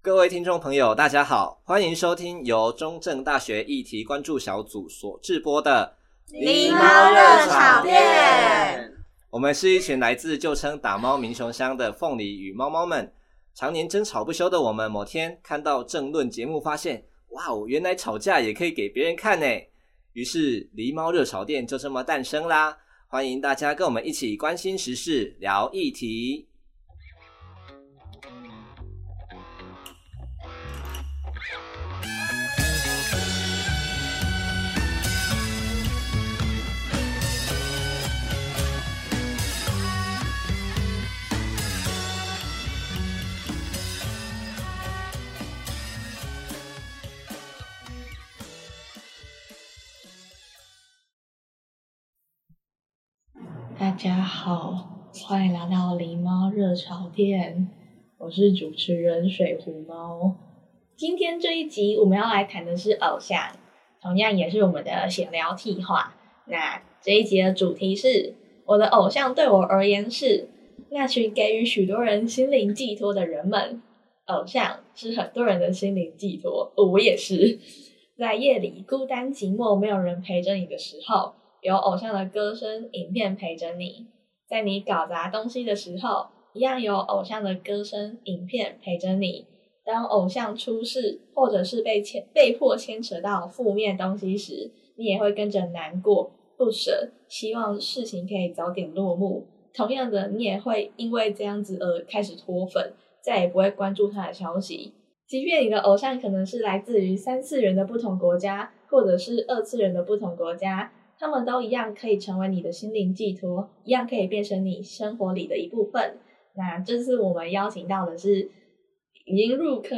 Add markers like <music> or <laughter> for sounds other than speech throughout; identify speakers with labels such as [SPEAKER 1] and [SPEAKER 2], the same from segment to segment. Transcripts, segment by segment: [SPEAKER 1] 各位听众朋友，大家好，欢迎收听由中正大学议题关注小组所制播的
[SPEAKER 2] 狸猫热炒店。
[SPEAKER 1] 我们是一群来自旧称打猫民雄乡的凤梨与猫猫们，常年争吵不休的我们，某天看到政论节目，发现哇哦，原来吵架也可以给别人看呢。于是狸猫热炒店就这么诞生啦！欢迎大家跟我们一起关心时事，聊议题。
[SPEAKER 3] 大家好，欢迎来到狸猫热潮店，我是主持人水壶猫。今天这一集我们要来谈的是偶像，同样也是我们的闲聊替话。那这一集的主题是我的偶像对我而言是那群给予许多人心灵寄托的人们。偶像是很多人的心灵寄托，我也是。在夜里孤单寂寞，没有人陪着你的时候，有偶像的歌声、影片陪着你，在你搞砸东西的时候，一样有偶像的歌声、影片陪着你。当偶像出事，或者是被牵被迫牵扯到负面东西时，你也会跟着难过、不舍，希望事情可以早点落幕。同样的，你也会因为这样子而开始脱粉，再也不会关注他的消息。即便你的偶像可能是来自于三次元的不同国家，或者是二次元的不同国家，他们都一样可以成为你的心灵寄托，一样可以变成你生活里的一部分。那这次我们邀请到的是已经入坑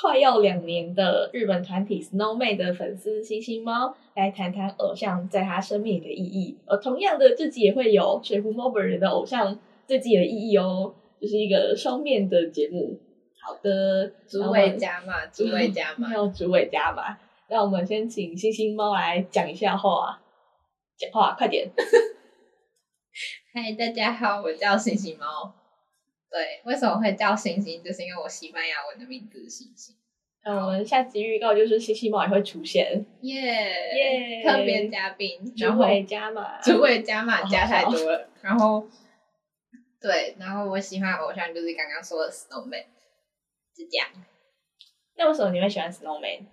[SPEAKER 3] 快要两年的日本团体 Snowman 的粉丝星星猫，来谈谈偶像在他生命里的意义。呃，同样的，自己也会有水壶猫本人的偶像对自己的意义哦，就是一个双面的节目。好的，
[SPEAKER 2] 主委加码，主委加码
[SPEAKER 3] 没。有主委加码。那我们先请星星猫来讲一下话，啊讲话快点。
[SPEAKER 2] 嗨，大家好，我叫星星猫。对，为什么会叫星星？就是因为我西班牙文的名字是星星。
[SPEAKER 3] <laughs> 那我们下集预告就是星星猫也会出现，
[SPEAKER 2] 耶
[SPEAKER 3] 耶
[SPEAKER 2] 特别嘉宾，然
[SPEAKER 3] 主
[SPEAKER 2] 后
[SPEAKER 3] 委加码，
[SPEAKER 2] 主委加码
[SPEAKER 3] 哦
[SPEAKER 2] 加太多了，然后对，然后我喜欢的偶像就是刚刚说的 Snowman，是这样，
[SPEAKER 3] 那为什么你会喜欢 Snowman？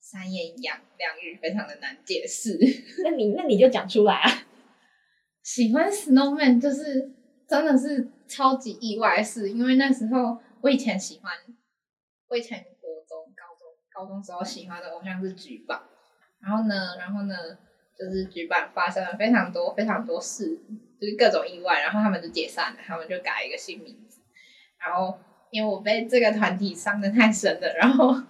[SPEAKER 2] 三言两两语非常的难解释。
[SPEAKER 3] 那你那你就讲出来啊！ <laughs>
[SPEAKER 2] 喜欢 Snowman 就是真的是超级意外的事，因为那时候我以前喜欢，我以前国中、高中、高中时候喜欢的偶像是菊坂，然后呢，然后呢，就是菊坂发生了非常多非常多事，就是各种意外，然后他们就解散了，他们就改一个新名字，然后因为我被这个团体伤的太深了，然后。 <laughs>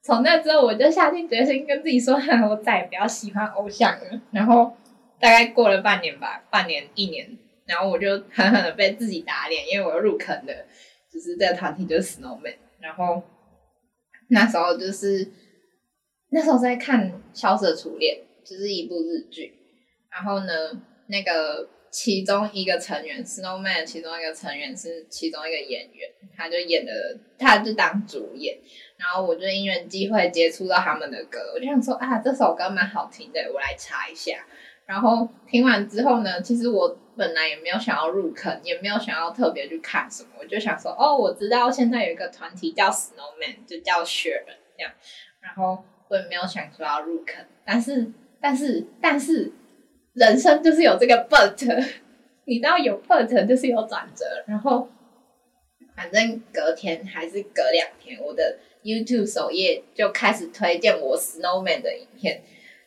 [SPEAKER 2] 从那之后，我就下定决心跟自己说， <laughs> 哼我再也不要喜欢偶像了。然后大概过了半年吧，半年一年，然后我就狠狠的被自己打脸，因为我又入坑了，就是这个团体就是 Snowman，然后那时候就是那时候在看《萧瑟初恋》，就是一部日剧，然后呢，那个其中一个成员 Snowman 其中一个成员是其中一个演员，他就演的，他就当主演。然后我就因缘机会接触到他们的歌，我就想说啊，这首歌蛮好听的，我来查一下。然后听完之后呢，其实我本来也没有想要入坑，也没有想要特别去看什么，我就想说哦，我知道现在有一个团体叫 Snowman，就叫雪人这样。然后我也没有想说要入坑，但是但是但是，人生就是有这个 but，你 <laughs> 知道有 but 就是有转折，然后。反正隔天还是隔两天，我的 YouTube 首页就开始推荐我 Snowman 的影片，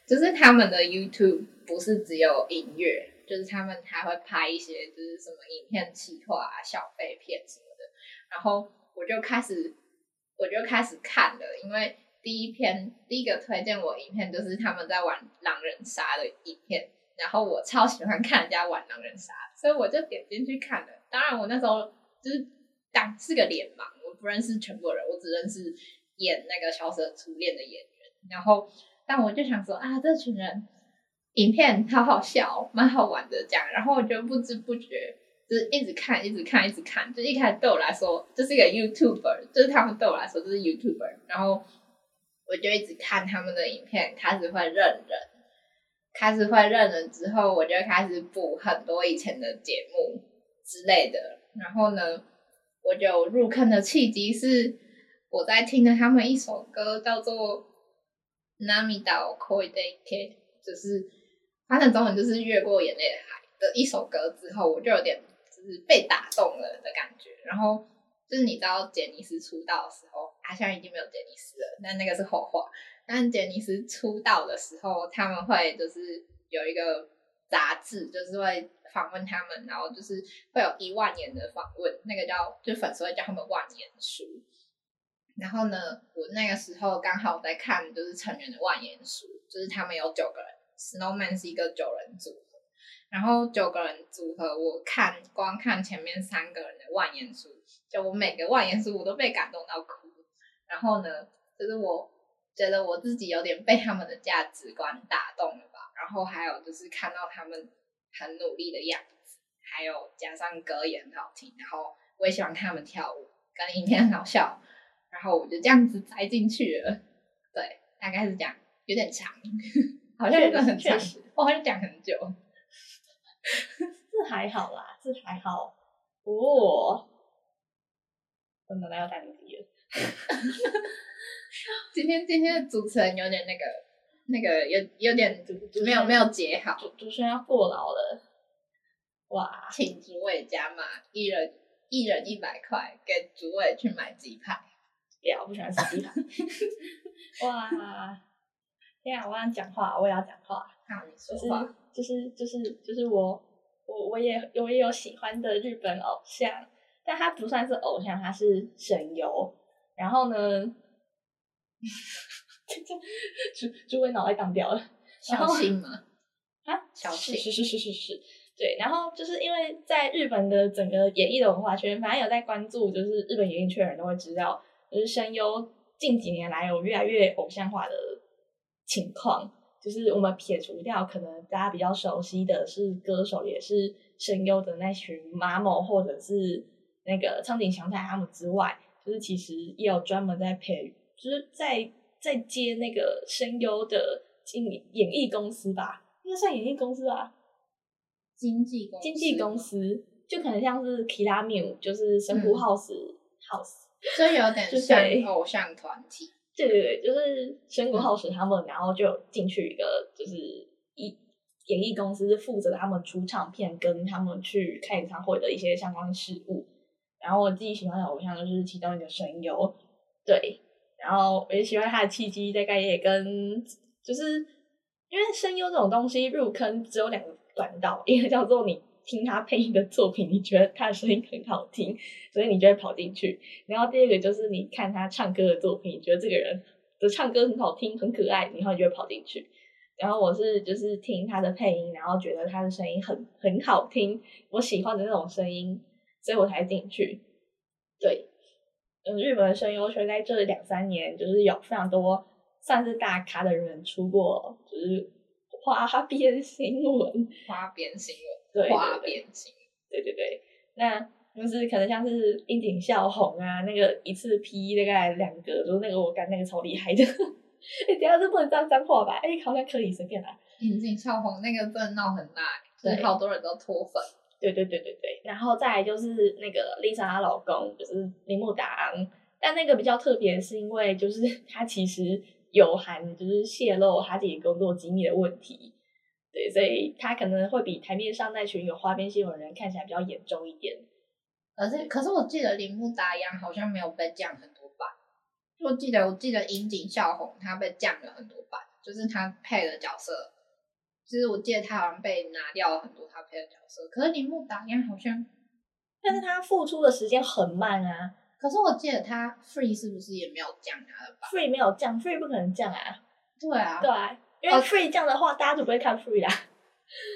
[SPEAKER 2] 就是他们的 YouTube 不是只有音乐，就是他们还会拍一些就是什么影片企划啊、小废片什么的。然后我就开始，我就开始看了，因为第一篇第一个推荐我影片就是他们在玩狼人杀的影片，然后我超喜欢看人家玩狼人杀，所以我就点进去看了。当然我那时候就是当是个脸盲，我不认识全部人，我只认识演那个《小蛇初恋》的演员。然后，但我就想说啊，这哦群人影片好好笑，蛮好玩的这样。然后我就不知不觉，就是一直看，一直看，一直看。就一开始对我来说，就是一个 YouTuber，就是他们对我来说就是 YouTuber。然后我就一直看他们的影片，开始会认人，开始会认人之后，我就开始补很多以前的节目之类的。然后呢，我就入坑的契机是我在听了他们一首歌，叫做《涙を越えてけ》，就是翻成中文就是《越过眼泪的海》的一首歌之后，我就有点就是被打动了的感觉。然后就是你知道杰尼斯出道的时候，他、啊、现在已经没有杰尼斯了，但那个是后话。但杰尼斯出道的时候，他们会就是有一个杂志，就是会访问他们，然后就是会有一万年的访问，那个叫就粉丝会叫他们万年书。然后呢，我那个时候刚好在看就是成员的万言书，就是他们有九个人，Snowman 是一个九人组合，然后九个人组合，我看光看前面三个人的万言书，就我每个万言书我都被感动到哭。然后呢，就是我觉得我自己有点被他们的价值观打动了吧，然后还有就是看到他们很努力的样子，还有加上歌也很好听，然后我也喜欢看他们跳舞，跟影片很好笑。然后我就这样子栽进去了，对，大概是这样，有点长， <laughs> 好像真的很长
[SPEAKER 3] 确实，
[SPEAKER 2] 我好像讲很久。
[SPEAKER 3] 这还好啦，这还好。不过我奶奶要打你自己了。
[SPEAKER 2] 今天今天的主持人有点那个那个有有点没有没有解好，
[SPEAKER 3] 主主持人要过劳了。哇，
[SPEAKER 2] 请主委加码，一人一人一百块，给主委去买鸡排。
[SPEAKER 3] 不要，我不喜欢吃鸡排。 <laughs> 哇，天啊，我想讲话，我也要讲话。
[SPEAKER 2] 好，你
[SPEAKER 3] 就
[SPEAKER 2] 说
[SPEAKER 3] 是
[SPEAKER 2] 话。
[SPEAKER 3] 就是就是就是我我我也我也有喜欢的日本偶像，但他不算是偶像，他是神游。然后呢， <laughs> 主主委脑袋当掉了。然
[SPEAKER 2] 小
[SPEAKER 3] 后
[SPEAKER 2] 心吗？
[SPEAKER 3] 啊，
[SPEAKER 2] 小
[SPEAKER 3] 是
[SPEAKER 2] 心
[SPEAKER 3] 是是是是是，对。然后就是因为在日本的整个演艺的文化圈，反正有在关注，就是日本演艺圈的人都会知道，就是声优近几年来有越来越偶像化的情况。就是我们撇除掉可能大家比较熟悉的是歌手，也是声优的那群马某或者是那个苍井翔太他们之外，就是其实也有专门在培育，就是在在接那个声优的经理演艺公司吧，应该算演艺公司吧，
[SPEAKER 2] 经纪公
[SPEAKER 3] 经纪公
[SPEAKER 2] 吗，
[SPEAKER 3] 司，就可能像是 Kiramiu，就是神户
[SPEAKER 2] 嗯
[SPEAKER 3] House、House，
[SPEAKER 2] 所以有点
[SPEAKER 3] 就
[SPEAKER 2] 像
[SPEAKER 3] 对
[SPEAKER 2] 偶像团体。
[SPEAKER 3] 对对对，就是神谷浩史他们，然后就进去一个就是一演艺公司，是负责他们出唱片跟他们去开演唱会的一些相关事务。然后我自己喜欢的偶像就是其中一个神游，对，然后我也喜欢他的契机，大概也跟就是因为声优这种东西入坑只有两个管道，一个叫做你听他配音的作品，你觉得他的声音很好听，所以你就会跑进去；然后第二个就是你看他唱歌的作品，你觉得这个人的唱歌很好听、很可爱，然后你就会跑进去。然后我是就是听他的配音，然后觉得他的声音很很好听，我喜欢的那种声音，所以我才进去。对，嗯，日本的声优圈在这两三年就是有非常多算是大咖的人出过，就是花边新闻，
[SPEAKER 2] 花边新闻，
[SPEAKER 3] 对对
[SPEAKER 2] 花
[SPEAKER 3] 对
[SPEAKER 2] 边新闻，
[SPEAKER 3] 对对对，那就是可能像是樱井孝宏啊，那个一次批大概两个，就是那个我干那个超厉害的。 <laughs> 哎、等一下这不能这样脏话吧？哎、好像可以随便啦。
[SPEAKER 2] 引进校红那个真的闹很大，就
[SPEAKER 3] 对
[SPEAKER 2] 是好多人都脱粉。
[SPEAKER 3] 对对对对对，然后再来就是那个 Lisa 她老公，就是铃木达昂，但那个比较特别，是因为就是 <laughs> 他其实有含就是泄露他自己工作机密的问题，对，所以他可能会比台面上那群有花边新闻的人看起来比较严重一点。
[SPEAKER 2] 可是，可是我记得铃木达央好像没有被降很多版。我记得，我记得樱井孝宏他被降了很多版，就是他配的角色，就是我记得他好像被拿掉了很多他配的角色。可是铃木达央好像，
[SPEAKER 3] 但是他付出的时间很慢啊
[SPEAKER 2] 可是我记得他 Free 是不是也没有降他的版？
[SPEAKER 3] ，Free 没有降，Free 不可能降啊，
[SPEAKER 2] 对啊，
[SPEAKER 3] 对啊，因为
[SPEAKER 2] 哦
[SPEAKER 3] Free 降的话，大家就不会看 Free 啦。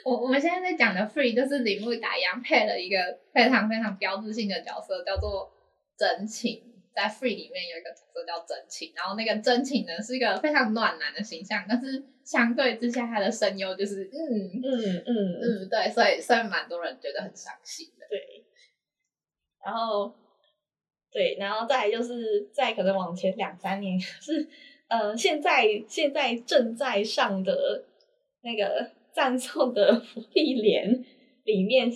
[SPEAKER 2] 我我们现在在讲的 Free 就是铃木达央配了一个非常非常标志性的角色，叫做真情。在 Free 里面有一个角色叫真情，然后那个真情呢是一个非常暖男的形象，但是相对之下他的声优就是嗯
[SPEAKER 3] 嗯嗯
[SPEAKER 2] 嗯对，所以所以蛮多人觉得很伤心的。
[SPEAKER 3] 对，然后对，然后再来就是再可能往前两三年是呃，现在现在正在上的那个赞颂的福利连里面，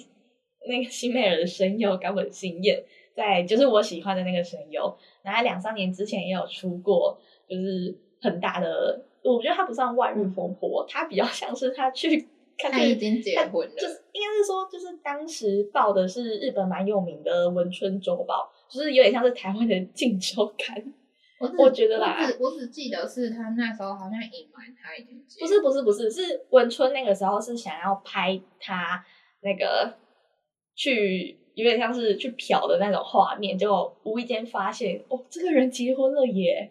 [SPEAKER 3] 那个西美尔的声优冈本信彦，在就是我喜欢的那个声优，然后两三年之前也有出过，就是很大的，我觉得他不算外遇风波，他比较像是他去看
[SPEAKER 2] 他
[SPEAKER 3] 电影
[SPEAKER 2] 已经结婚了，
[SPEAKER 3] 就是应该是说，就是当时报的是日本蛮有名的《文春周报》，就是有点像是台湾的《镜周刊》，
[SPEAKER 2] 我只
[SPEAKER 3] 我觉得啦
[SPEAKER 2] 我只我只记得是他那时候好像隐瞒他已经结
[SPEAKER 3] <laughs> 不是不是不是，是文春那个时候是想要拍他那个去有点像是去嫖的那种画面，结果无意间发现哦，这个人结婚了 <laughs> 耶！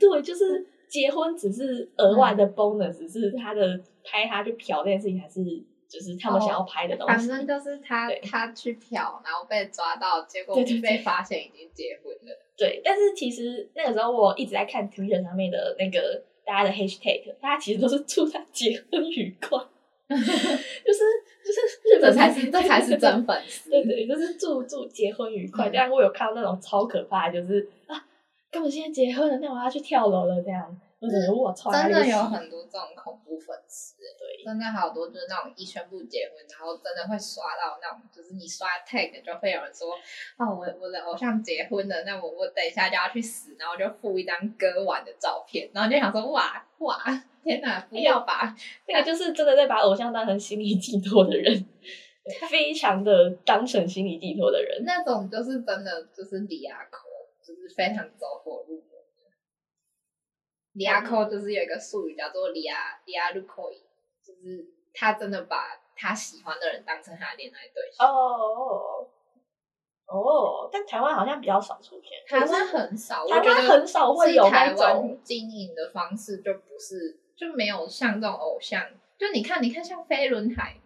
[SPEAKER 3] 对，就是结婚只是额外的 bonus，、只是他的拍他去嫖这件事情还是就是他们想要拍的东西，
[SPEAKER 2] 反正就是他
[SPEAKER 3] 对
[SPEAKER 2] 他去嫖，然后被抓到，结果
[SPEAKER 3] 对对对
[SPEAKER 2] 被发现已经结婚了。
[SPEAKER 3] 对，但是其实那个时候我一直在看 Twitter 上面的那个大家的 hashtag，大家其实都是祝他结婚愉
[SPEAKER 2] <laughs>
[SPEAKER 3] 快，就是就是日
[SPEAKER 2] 这
[SPEAKER 3] 本
[SPEAKER 2] 才是这才是真粉
[SPEAKER 3] <laughs>
[SPEAKER 2] 丝。
[SPEAKER 3] 对对，就是祝祝结婚愉快。
[SPEAKER 2] 嗯
[SPEAKER 3] 但我有看到那种超可怕的，就是啊，根本现在结婚了，那我要去跳楼了这样。我觉得我操，
[SPEAKER 2] <laughs> 真
[SPEAKER 3] 哪
[SPEAKER 2] 的
[SPEAKER 3] 里
[SPEAKER 2] 有很多这种恐怖粉丝，欸
[SPEAKER 3] 对
[SPEAKER 2] 真的好多就是那种一宣布结婚，然后真的会刷到那种，就是你刷 tag 就会有人说，哦，我我的偶像结婚了，那我我等一下就要去死，然后就附一张割腕的照片，然后就想说，哇哇，天哪，不要吧，
[SPEAKER 3] 那个就是真的在把偶像当成心理寄托的人， <laughs> 非常的当成心理寄托的人。
[SPEAKER 2] 那种就是真的就是李亚扣，就是非常走火入魔的。李亚扣
[SPEAKER 3] 嗯
[SPEAKER 2] 就是有一个术语叫做李亚李亚路扣，就是他真的把他喜欢的人当成他的恋爱对象。
[SPEAKER 3] 哦哦，但台湾好像比较少出现，
[SPEAKER 2] 台湾很少，
[SPEAKER 3] 台
[SPEAKER 2] 我觉
[SPEAKER 3] 湾
[SPEAKER 2] 得
[SPEAKER 3] 很少
[SPEAKER 2] 是
[SPEAKER 3] 会有那
[SPEAKER 2] 台
[SPEAKER 3] 种
[SPEAKER 2] 湾经营的方式就不是就没有像这种偶像，就你看你看像飞轮海，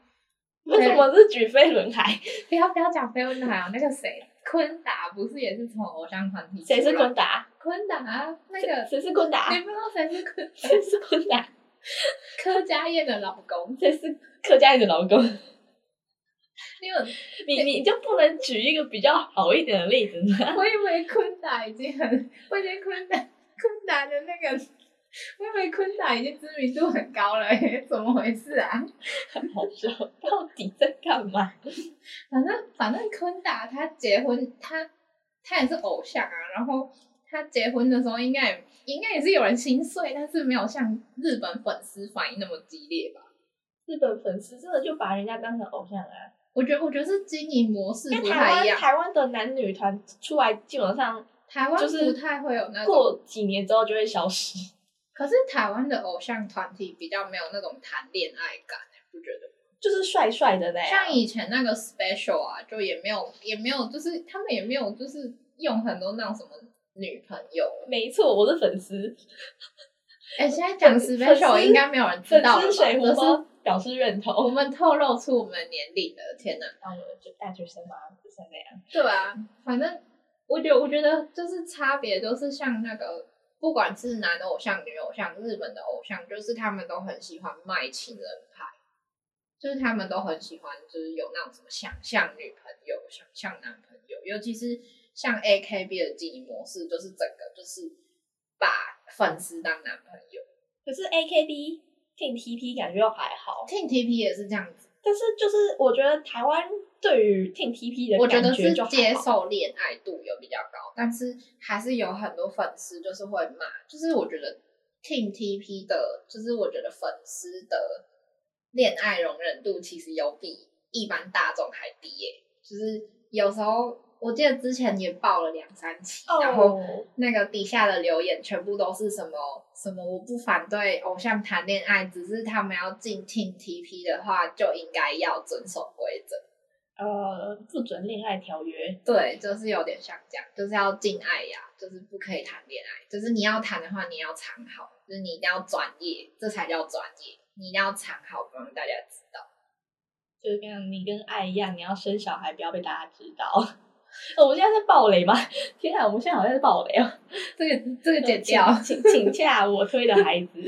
[SPEAKER 3] 为什么是举飞轮海？
[SPEAKER 2] 不要不要讲飞轮海啊，那个谁昆达不是也是从偶像团体出来？
[SPEAKER 3] 谁是昆达？
[SPEAKER 2] 昆达啊？那个
[SPEAKER 3] 谁是昆达
[SPEAKER 2] 哎你？不知道谁是柯
[SPEAKER 3] 谁是昆达？
[SPEAKER 2] 柯佳燕的老公？
[SPEAKER 3] 谁是客家人的老公？
[SPEAKER 2] 因为
[SPEAKER 3] 你你就不能举一个比较好一点的例子吗？ <laughs>
[SPEAKER 2] 我以为昆达已经很，我以为昆达昆达的那个，我以为昆达已经知名度很高了、 <laughs> 欸，怎么回事啊？
[SPEAKER 3] 很好笑，到底在干嘛？
[SPEAKER 2] 反正反正昆达他结婚，他他也是偶像啊。然后他结婚的时候，应该也应该也是有人心碎，但是没有像日本粉丝反应那么激烈吧？
[SPEAKER 3] 日本粉丝真的就把人家当成偶像啊！
[SPEAKER 2] 我觉得我觉得是经营模式
[SPEAKER 3] 因
[SPEAKER 2] 不
[SPEAKER 3] 为台
[SPEAKER 2] 太一
[SPEAKER 3] 湾
[SPEAKER 2] 样，
[SPEAKER 3] 台湾的男女团出来，基本上
[SPEAKER 2] 台湾
[SPEAKER 3] 就是
[SPEAKER 2] 不太会有那种。
[SPEAKER 3] 过几年之后就会消失。
[SPEAKER 2] 可是台湾的偶像团体比较没有那种谈恋爱感、欸，不觉得吗？
[SPEAKER 3] 就是帅帅的那样，
[SPEAKER 2] 像以前那个 special 啊，就也没有也没有，就是他们也没有就是用很多那种什么女朋友，
[SPEAKER 3] 没错，我是粉丝，
[SPEAKER 2] 哎、现在讲
[SPEAKER 3] 粉丝
[SPEAKER 2] special 应该没有人知
[SPEAKER 3] 粉
[SPEAKER 2] 道了吧？
[SPEAKER 3] 丝水壶
[SPEAKER 2] 这是
[SPEAKER 3] 包表示认
[SPEAKER 2] 我
[SPEAKER 3] 同。
[SPEAKER 2] 们透露出我们的年龄了，天哪！
[SPEAKER 3] 那我们就大学生嘛，不是那样。
[SPEAKER 2] 对啊，反正我觉得，我觉得就是差别都是像那个，不管是男偶像、女偶像，日本的偶像，就是他们都很喜欢卖情人牌，就是他们都很喜欢，就是有那种什么想象女朋友、想象男朋友，尤其是像 A K B 的经营模式，就是整个就是把粉丝当男朋友
[SPEAKER 3] 可是 A K B Team T P 感觉又还好，
[SPEAKER 2] ，T T P 也是这样子，
[SPEAKER 3] 但是就是我觉得台湾对于 Team T P 的
[SPEAKER 2] 我觉
[SPEAKER 3] 感
[SPEAKER 2] 得
[SPEAKER 3] 觉
[SPEAKER 2] 是
[SPEAKER 3] 就还
[SPEAKER 2] 接
[SPEAKER 3] 好
[SPEAKER 2] 受恋爱度有比较高，但是还是有很多粉丝就是会骂，就是我觉得 Team TP 的，就是我觉得粉丝的恋爱容忍度其实有比一般大众还低耶、就是有时候我记得之前也爆了两三期，然后
[SPEAKER 3] 哦，
[SPEAKER 2] 那个底下的留言全部都是什么什么，我不反对偶像谈恋爱，只是他们要进 Team TP 的话就应该要遵守规则。
[SPEAKER 3] 呃，不准恋爱条约。
[SPEAKER 2] 对，就是有点像这样，就是要敬爱呀，就是不可以谈恋爱，就是你要谈的话，你要藏好，就是你一定要专业，这才叫专业，你一定要藏好，不让大家知道。
[SPEAKER 3] 就像你跟爱一样，你要生小孩，不要被大家知道。哦我们现在在暴雷吗？天啊，我们现在好像在暴雷哦！
[SPEAKER 2] 这个这个剪掉，
[SPEAKER 3] 请请请假我推的孩子，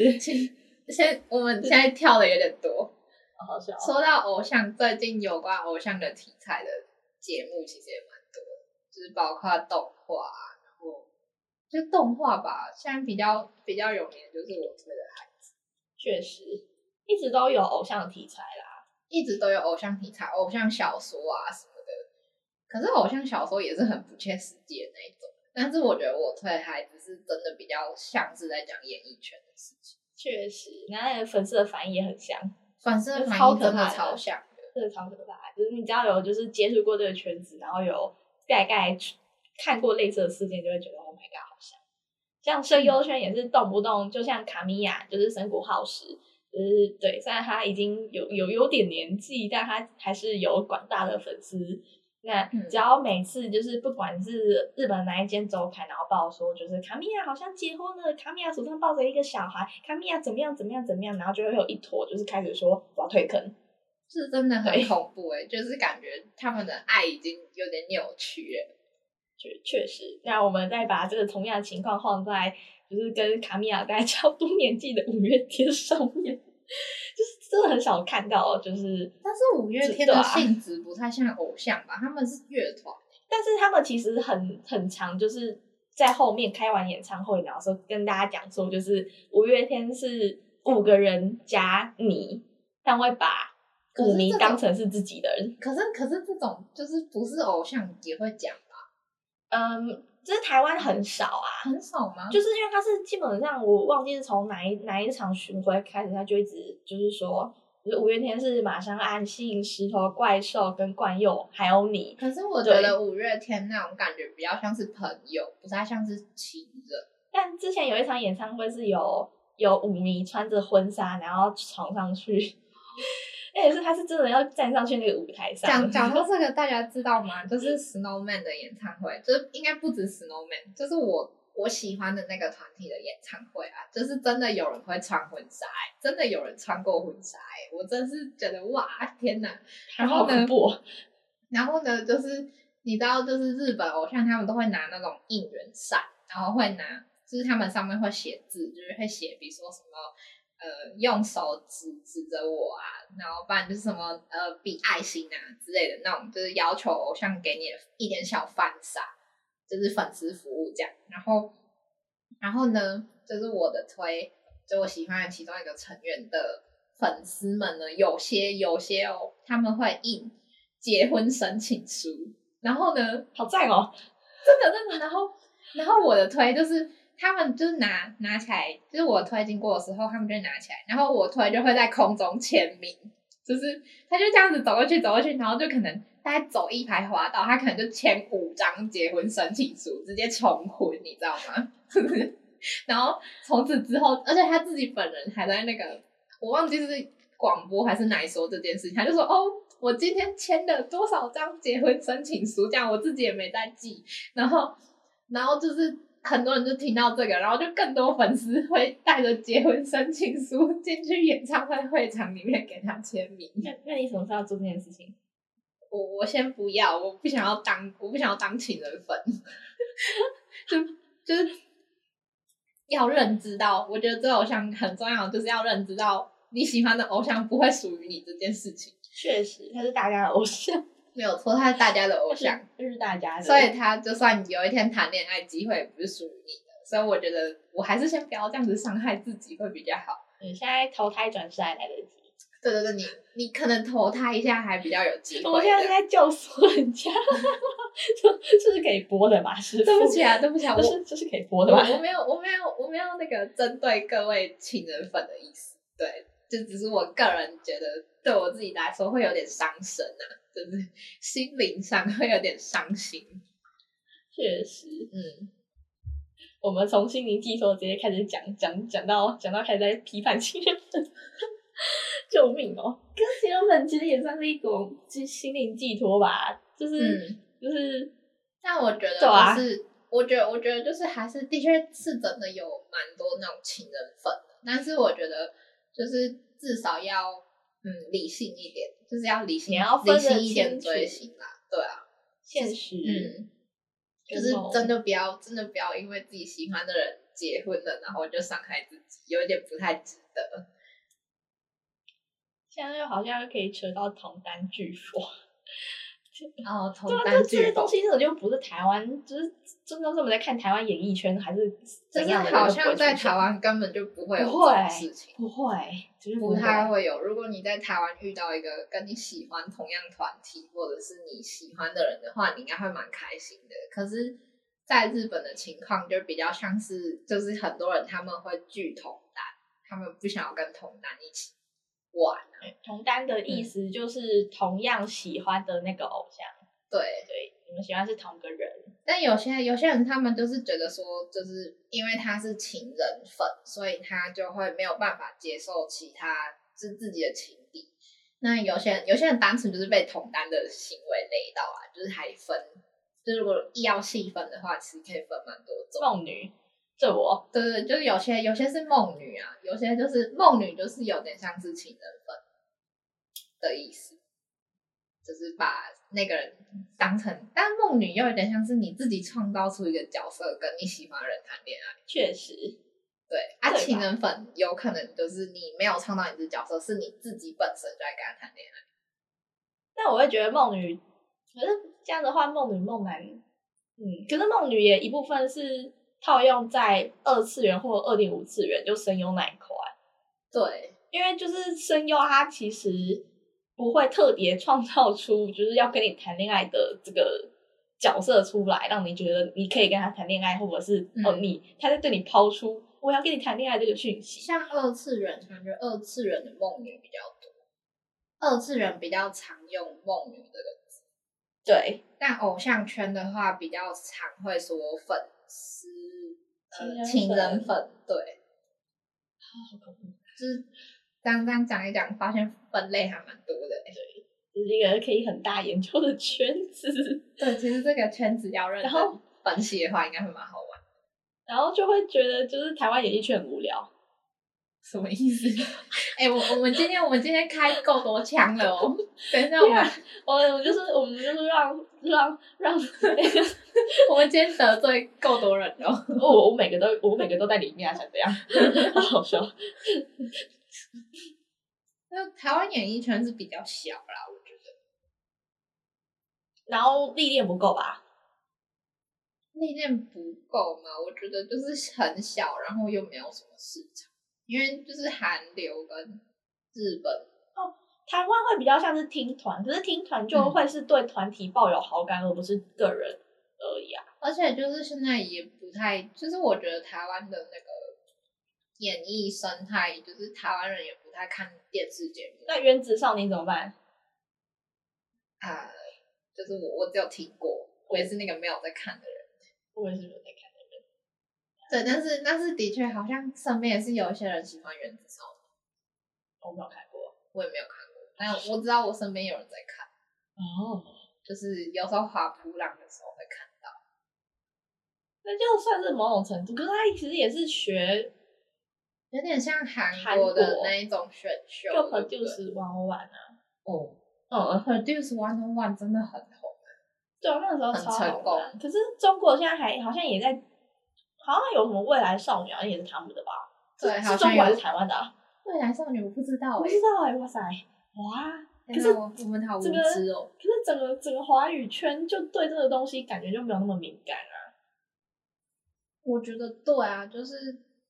[SPEAKER 2] 先我们现在跳的有点多。
[SPEAKER 3] 好好笑哦。
[SPEAKER 2] 说到偶像，最近有关偶像的题材的节目其实也蛮多的，就是包括动画啊，然后就动画吧，现在比较比较有名的就是我推的孩子，
[SPEAKER 3] 确实一直都有偶像题材啦。
[SPEAKER 2] 一直都有偶像题材、偶像小说啊什么的。可是偶像小说也是很不切实际的那一种，但是我觉得我推的孩子是真的比较像是在讲演艺圈的事情，
[SPEAKER 3] 确实，那粉丝的反应也很像，
[SPEAKER 2] 反正
[SPEAKER 3] 反应
[SPEAKER 2] 反应
[SPEAKER 3] 真
[SPEAKER 2] 真
[SPEAKER 3] 的
[SPEAKER 2] 的
[SPEAKER 3] 超
[SPEAKER 2] 超像的。
[SPEAKER 3] 真的超可怕。就是你只要有就是接触过这个圈子，然后有大概看过类似的事件，就会觉得 Oh my god，好像。像声优圈也是动不动，就像卡米亚，就是神谷浩史，就是对，虽然他已经有有有点年纪，但他还是有广大的粉丝。那
[SPEAKER 2] 嗯
[SPEAKER 3] 只要每次就是不管是日本哪一间周刊，然后报说就是卡米亚好像结婚了，卡米亚手上抱着一个小孩，卡米亚怎么样怎么样怎么样，然后就会有一坨就是开始说我要退坑，
[SPEAKER 2] 是真的
[SPEAKER 3] 对
[SPEAKER 2] 很恐怖哎、就是感觉他们的爱已经有点扭曲了。
[SPEAKER 3] 确确实，那我们再把这个同样的情况放在就是跟卡米亚大概差不多年纪的五月天上面，就是真的很少看到，就是
[SPEAKER 2] 但是五月天
[SPEAKER 3] 对啊
[SPEAKER 2] 的性质不太像偶像吧，他们是乐团，
[SPEAKER 3] 但是他们其实很很长，就是在后面开完演唱会，然后说跟大家讲说，就是五月天是五个人加你，但会把
[SPEAKER 2] 可是
[SPEAKER 3] 五迷
[SPEAKER 2] 这种
[SPEAKER 3] 当成是自己的人。
[SPEAKER 2] 可是可是这种就是不是偶像也会讲吧，
[SPEAKER 3] 嗯，这是台湾很少啊，
[SPEAKER 2] 很少吗？
[SPEAKER 3] 就是因为他是基本上我忘记是从哪一哪一场巡回开始，他就一直就是说，就是五月天是马上安信、石头怪兽跟冠佑，还有你。
[SPEAKER 2] 可是我觉
[SPEAKER 3] 对
[SPEAKER 2] 得五月天那种感觉比较像是朋友，不太像是情人。
[SPEAKER 3] 但之前有一场演唱会是有有舞迷穿着婚纱，然后闯上去， <laughs> 而且是他是真的要站上去那个舞台上 <laughs>
[SPEAKER 2] 讲。讲到这个，大家知道吗？就是 Snowman 的演唱会，就是应该不止 Snowman，就是我我喜欢的那个团体的演唱会啊，就是真的有人会穿婚纱欸、真的有人穿过婚纱、欸，我真是觉得哇，天哪！然
[SPEAKER 3] 好
[SPEAKER 2] 后
[SPEAKER 3] 恐
[SPEAKER 2] 呢，
[SPEAKER 3] 怖哦，
[SPEAKER 2] 然后呢，就是你知道，就是日本偶像他们都会拿那种应援扇，然后会拿，就是他们上面会写字，就是会写，比如说什么。呃，用手指指着我啊，然后不然就是什么呃，比爱心啊之类的那种，就是要求偶像给你一点小犯傻，就是粉丝服务这样。然后，然后呢，就是我的推，就我喜欢的其中一个成员的粉丝们呢，有些有些哦，他们会印结婚申请书，然后呢，
[SPEAKER 3] 好赞哦！
[SPEAKER 2] 真的真的，然后然后我的推就是他们就是拿拿起来，就是我推经过的时候，他们就拿起来，然后我推就会在空中签名，就是他就这样子走过去走过去，然后就可能大概走一排滑道，他可能就签五张结婚申请书，直接重婚，你知道吗？ <laughs> 然后从此之后，而且他自己本人还在那个我忘记是广播还是哪里说这件事情，他就说哦。我今天签了多少张结婚申请书？这样我自己也没在记，然后，然后就是很多人就听到这个，然后就更多粉丝会带着结婚申请书进去演唱会会场里面给他签名。
[SPEAKER 3] 那那你什么时候要做这件事情？
[SPEAKER 2] 我我先不要，我不想要当，我不想要当情人粉， <laughs> 就就是要认知到，我觉得追偶像很重要，就是要认知到你喜欢的偶像不会属于你这件事情。
[SPEAKER 3] 确实，他是大家的偶像，
[SPEAKER 2] 没有错，他是大家的偶像，
[SPEAKER 3] <laughs> 就是大家的。
[SPEAKER 2] 所以他就算有一天谈恋爱，机会也不是属于你的，所以我觉得我还是先不要这样子伤害自己会比较好。
[SPEAKER 3] 你嗯现在投胎转世还来得及。
[SPEAKER 2] 对对对，你你可能投胎一下还比较有机会的。
[SPEAKER 3] 我现在是在教唆人家，这 <laughs> 这是可以播的吧？师傅，
[SPEAKER 2] 对不起啊，对不起啊，
[SPEAKER 3] 这
[SPEAKER 2] 我
[SPEAKER 3] 是这是可以播的吧？
[SPEAKER 2] 我我没有我没有我没有那个针对各位情人粉的意思，对，就只是我个人觉得对我自己来说会有点伤身啊，就是心灵上会有点伤心。
[SPEAKER 3] 确实，
[SPEAKER 2] 嗯，
[SPEAKER 3] 我们从心灵寄托直接开始讲讲讲到讲到开始在批判情人粉， <laughs> 救命哦！跟情人粉其实也算是一种心心灵寄托吧，就是、
[SPEAKER 2] 嗯
[SPEAKER 3] 就是
[SPEAKER 2] 但我觉得
[SPEAKER 3] 对啊
[SPEAKER 2] 就是，我觉得我觉得就是还是的确是真的有蛮多那种情人粉的，但是我觉得就是至少要嗯理性一点，就是要理性，
[SPEAKER 3] 你要分
[SPEAKER 2] 理
[SPEAKER 3] 得
[SPEAKER 2] 性一点
[SPEAKER 3] 清楚
[SPEAKER 2] 追星啦，对啊，
[SPEAKER 3] 现实，
[SPEAKER 2] 嗯，就是真的不要真的不要因为自己喜欢的人结婚了，然后就伤害自己，有点不太值得。
[SPEAKER 3] 现在又好像又可以扯到同单巨佛，
[SPEAKER 2] 然后同
[SPEAKER 3] 对啊，
[SPEAKER 2] 担
[SPEAKER 3] 这这
[SPEAKER 2] 巨
[SPEAKER 3] 些东
[SPEAKER 2] 斗，
[SPEAKER 3] 西真的就不是台湾，就是真的这么在看台湾演艺圈还是
[SPEAKER 2] 就
[SPEAKER 3] 怎
[SPEAKER 2] 是
[SPEAKER 3] 样的人
[SPEAKER 2] 好
[SPEAKER 3] 都不会
[SPEAKER 2] 像在
[SPEAKER 3] 出现
[SPEAKER 2] 台湾根本就不会有这
[SPEAKER 3] 不会
[SPEAKER 2] 种事情。
[SPEAKER 3] 不会，就是
[SPEAKER 2] 不
[SPEAKER 3] 会
[SPEAKER 2] 太会有。如果你在台湾遇到一个跟你喜欢同样团体或者是你喜欢的人的话，你应该会蛮开心的。可是，在日本的情况就比较像是，就是很多人他们会拒同单，他们不想要跟同单一起玩。啊
[SPEAKER 3] 同单
[SPEAKER 2] 嗯
[SPEAKER 3] 的意思就是同样喜欢的那个偶像，
[SPEAKER 2] 对，
[SPEAKER 3] 对，你们喜欢是同个人，
[SPEAKER 2] 但有些有些人他们就是觉得说，就是因为他是情人粉，所以他就会没有办法接受其他是自己的情敌。那有些人有些人单纯就是被同单的行为累到啊，就是还分，就是如果硬要细分的话，其实可以分蛮多种。
[SPEAKER 3] 梦女，这我
[SPEAKER 2] 对对，对就是有些有些是梦女啊，有些就是梦女，就是有点像是情人粉的意思，就是把那个人当成，但梦女又有点像是你自己创造出一个角色，跟你喜欢的人谈恋爱。
[SPEAKER 3] 确实
[SPEAKER 2] 对啊，
[SPEAKER 3] 对吧
[SPEAKER 2] 情人粉有可能就是你没有创造你的角色，是你自己本身就在跟他谈恋爱。
[SPEAKER 3] 但我会觉得梦女，可是这样的话，梦女梦男，嗯，可是梦女也一部分是套用在二次元或二点五次元，就声优那一块，
[SPEAKER 2] 对，
[SPEAKER 3] 因为就是声优他其实不会特别创造出就是要跟你谈恋爱的这个角色出来，让你觉得你可以跟他谈恋爱，或者是、
[SPEAKER 2] 嗯
[SPEAKER 3] 哦你他在对你抛出我要跟你谈恋爱这个讯息。
[SPEAKER 2] 像二次元，感觉二次元的梦女比较多，二次元比较常用梦女这个
[SPEAKER 3] 对，
[SPEAKER 2] 但偶像圈的话，比较常会说粉丝、呃、
[SPEAKER 3] 情人粉
[SPEAKER 2] 情人粉，啊对，
[SPEAKER 3] 好恐怖，
[SPEAKER 2] 就是刚刚讲一讲，发现分类还蛮多的欸、
[SPEAKER 3] 这是一个可以很大研究的圈子，
[SPEAKER 2] <laughs> 对，其实这个圈子要认
[SPEAKER 3] 然后
[SPEAKER 2] 真分析的话，应该会蛮好玩。
[SPEAKER 3] 然后就会觉得就是台湾演艺圈很无聊。
[SPEAKER 2] 什么意思？ <laughs> 哎、我我们今天我们今天开够多枪了哦！ <laughs> 等一下，我们
[SPEAKER 3] 我我就是我们就是让让让，
[SPEAKER 2] 我们今天得罪够多人了哦。
[SPEAKER 3] 我我每个都我每个都在里面啊，想这样， <laughs> 好好笑。
[SPEAKER 2] <laughs> 那台湾演艺圈是比较小啦，我觉得
[SPEAKER 3] 然后历练不够吧？
[SPEAKER 2] 历练不够嘛，我觉得就是很小，然后又没有什么市场，因为就是韩流跟日本，
[SPEAKER 3] 台湾会比较像是听团，可是听团
[SPEAKER 2] 嗯
[SPEAKER 3] 就会是对团体抱有好感，而不是个人而已啊。
[SPEAKER 2] 而且就是现在也不太，就是我觉得台湾的那个演艺生态，就是台湾人也不太看电视节目
[SPEAKER 3] 那原子少年怎么办？
[SPEAKER 2] 啊、就是我我只有听过，我也是那个没有在看的人。
[SPEAKER 3] 我也是没有在看的人。
[SPEAKER 2] 对，但是但是的确好像身边也是有一些人喜欢原子少年，
[SPEAKER 3] 我没有看过。
[SPEAKER 2] 我也没有看过，但我知道我身边有人在看，
[SPEAKER 3] 哦，
[SPEAKER 2] 就是有时候滑扑浪的时候会看到。
[SPEAKER 3] 那就算是某种程度，可是他其实也是学
[SPEAKER 2] 有点像韩国
[SPEAKER 3] 韩
[SPEAKER 2] 的
[SPEAKER 3] 国
[SPEAKER 2] 那一种选秀，
[SPEAKER 3] 就
[SPEAKER 2] 对不
[SPEAKER 3] produce 玩玩啊。
[SPEAKER 2] 哦
[SPEAKER 3] 嗯，
[SPEAKER 2] ，Produce One on One 真的很红，
[SPEAKER 3] 对，我那个时候超
[SPEAKER 2] 很
[SPEAKER 3] 好
[SPEAKER 2] 成功
[SPEAKER 3] 玩。可是中国现在还好像也在，好像有什么未来少女，好像也是他们的吧？
[SPEAKER 2] 对
[SPEAKER 3] 是
[SPEAKER 2] 好
[SPEAKER 3] 是
[SPEAKER 2] 像
[SPEAKER 3] 中国还
[SPEAKER 2] 有
[SPEAKER 3] 是台湾的、啊？
[SPEAKER 2] 未来少女我不知道
[SPEAKER 3] 我不
[SPEAKER 2] 哎、
[SPEAKER 3] 知道哎、哇塞，哇！
[SPEAKER 2] 天
[SPEAKER 3] 可是
[SPEAKER 2] 哪我我们好无
[SPEAKER 3] 这个
[SPEAKER 2] 知哦、
[SPEAKER 3] 可是整个整个华语圈就对这个东西感觉就没有那么敏感啊。
[SPEAKER 2] 我觉得对啊，就是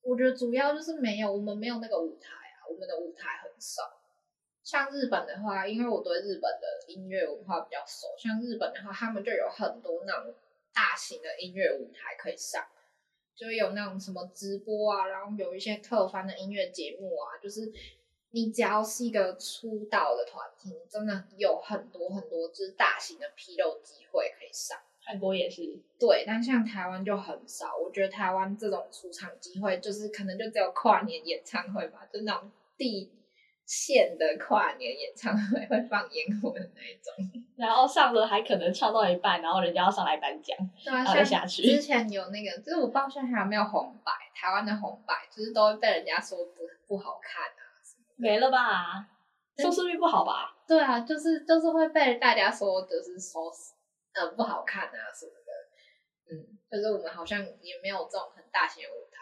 [SPEAKER 2] 我觉得主要就是没有我们没有那个舞台啊，我们的舞台很少。像日本的话，因为我对日本的音乐文化比较熟，像日本的话，他们就有很多那种大型的音乐舞台可以上，就有那种什么直播啊，然后有一些特番的音乐节目啊，就是你只要是一个出道的团体，你真的有很多很多就是大型的披露机会可以上。
[SPEAKER 3] 韩国也是，
[SPEAKER 2] 对，但像台湾就很少。我觉得台湾这种出场机会，就是可能就只有跨年演唱会吧，就那种地县的跨年演唱会会放烟火的那一种。
[SPEAKER 3] 然后上了还可能唱到一半，然后人家要上来颁奖，
[SPEAKER 2] 对啊，
[SPEAKER 3] 然后再
[SPEAKER 2] 像
[SPEAKER 3] 哦下去
[SPEAKER 2] 之。前有那个，就是我不知道现在还有没有红白，台湾的红白就是都会被人家说不不好看啊。
[SPEAKER 3] 没了吧？收视率不好吧？
[SPEAKER 2] 对啊，就是就是会被大家说就是说呃不好看啊什么的。嗯，就是我们好像也没有这种很大型的舞台。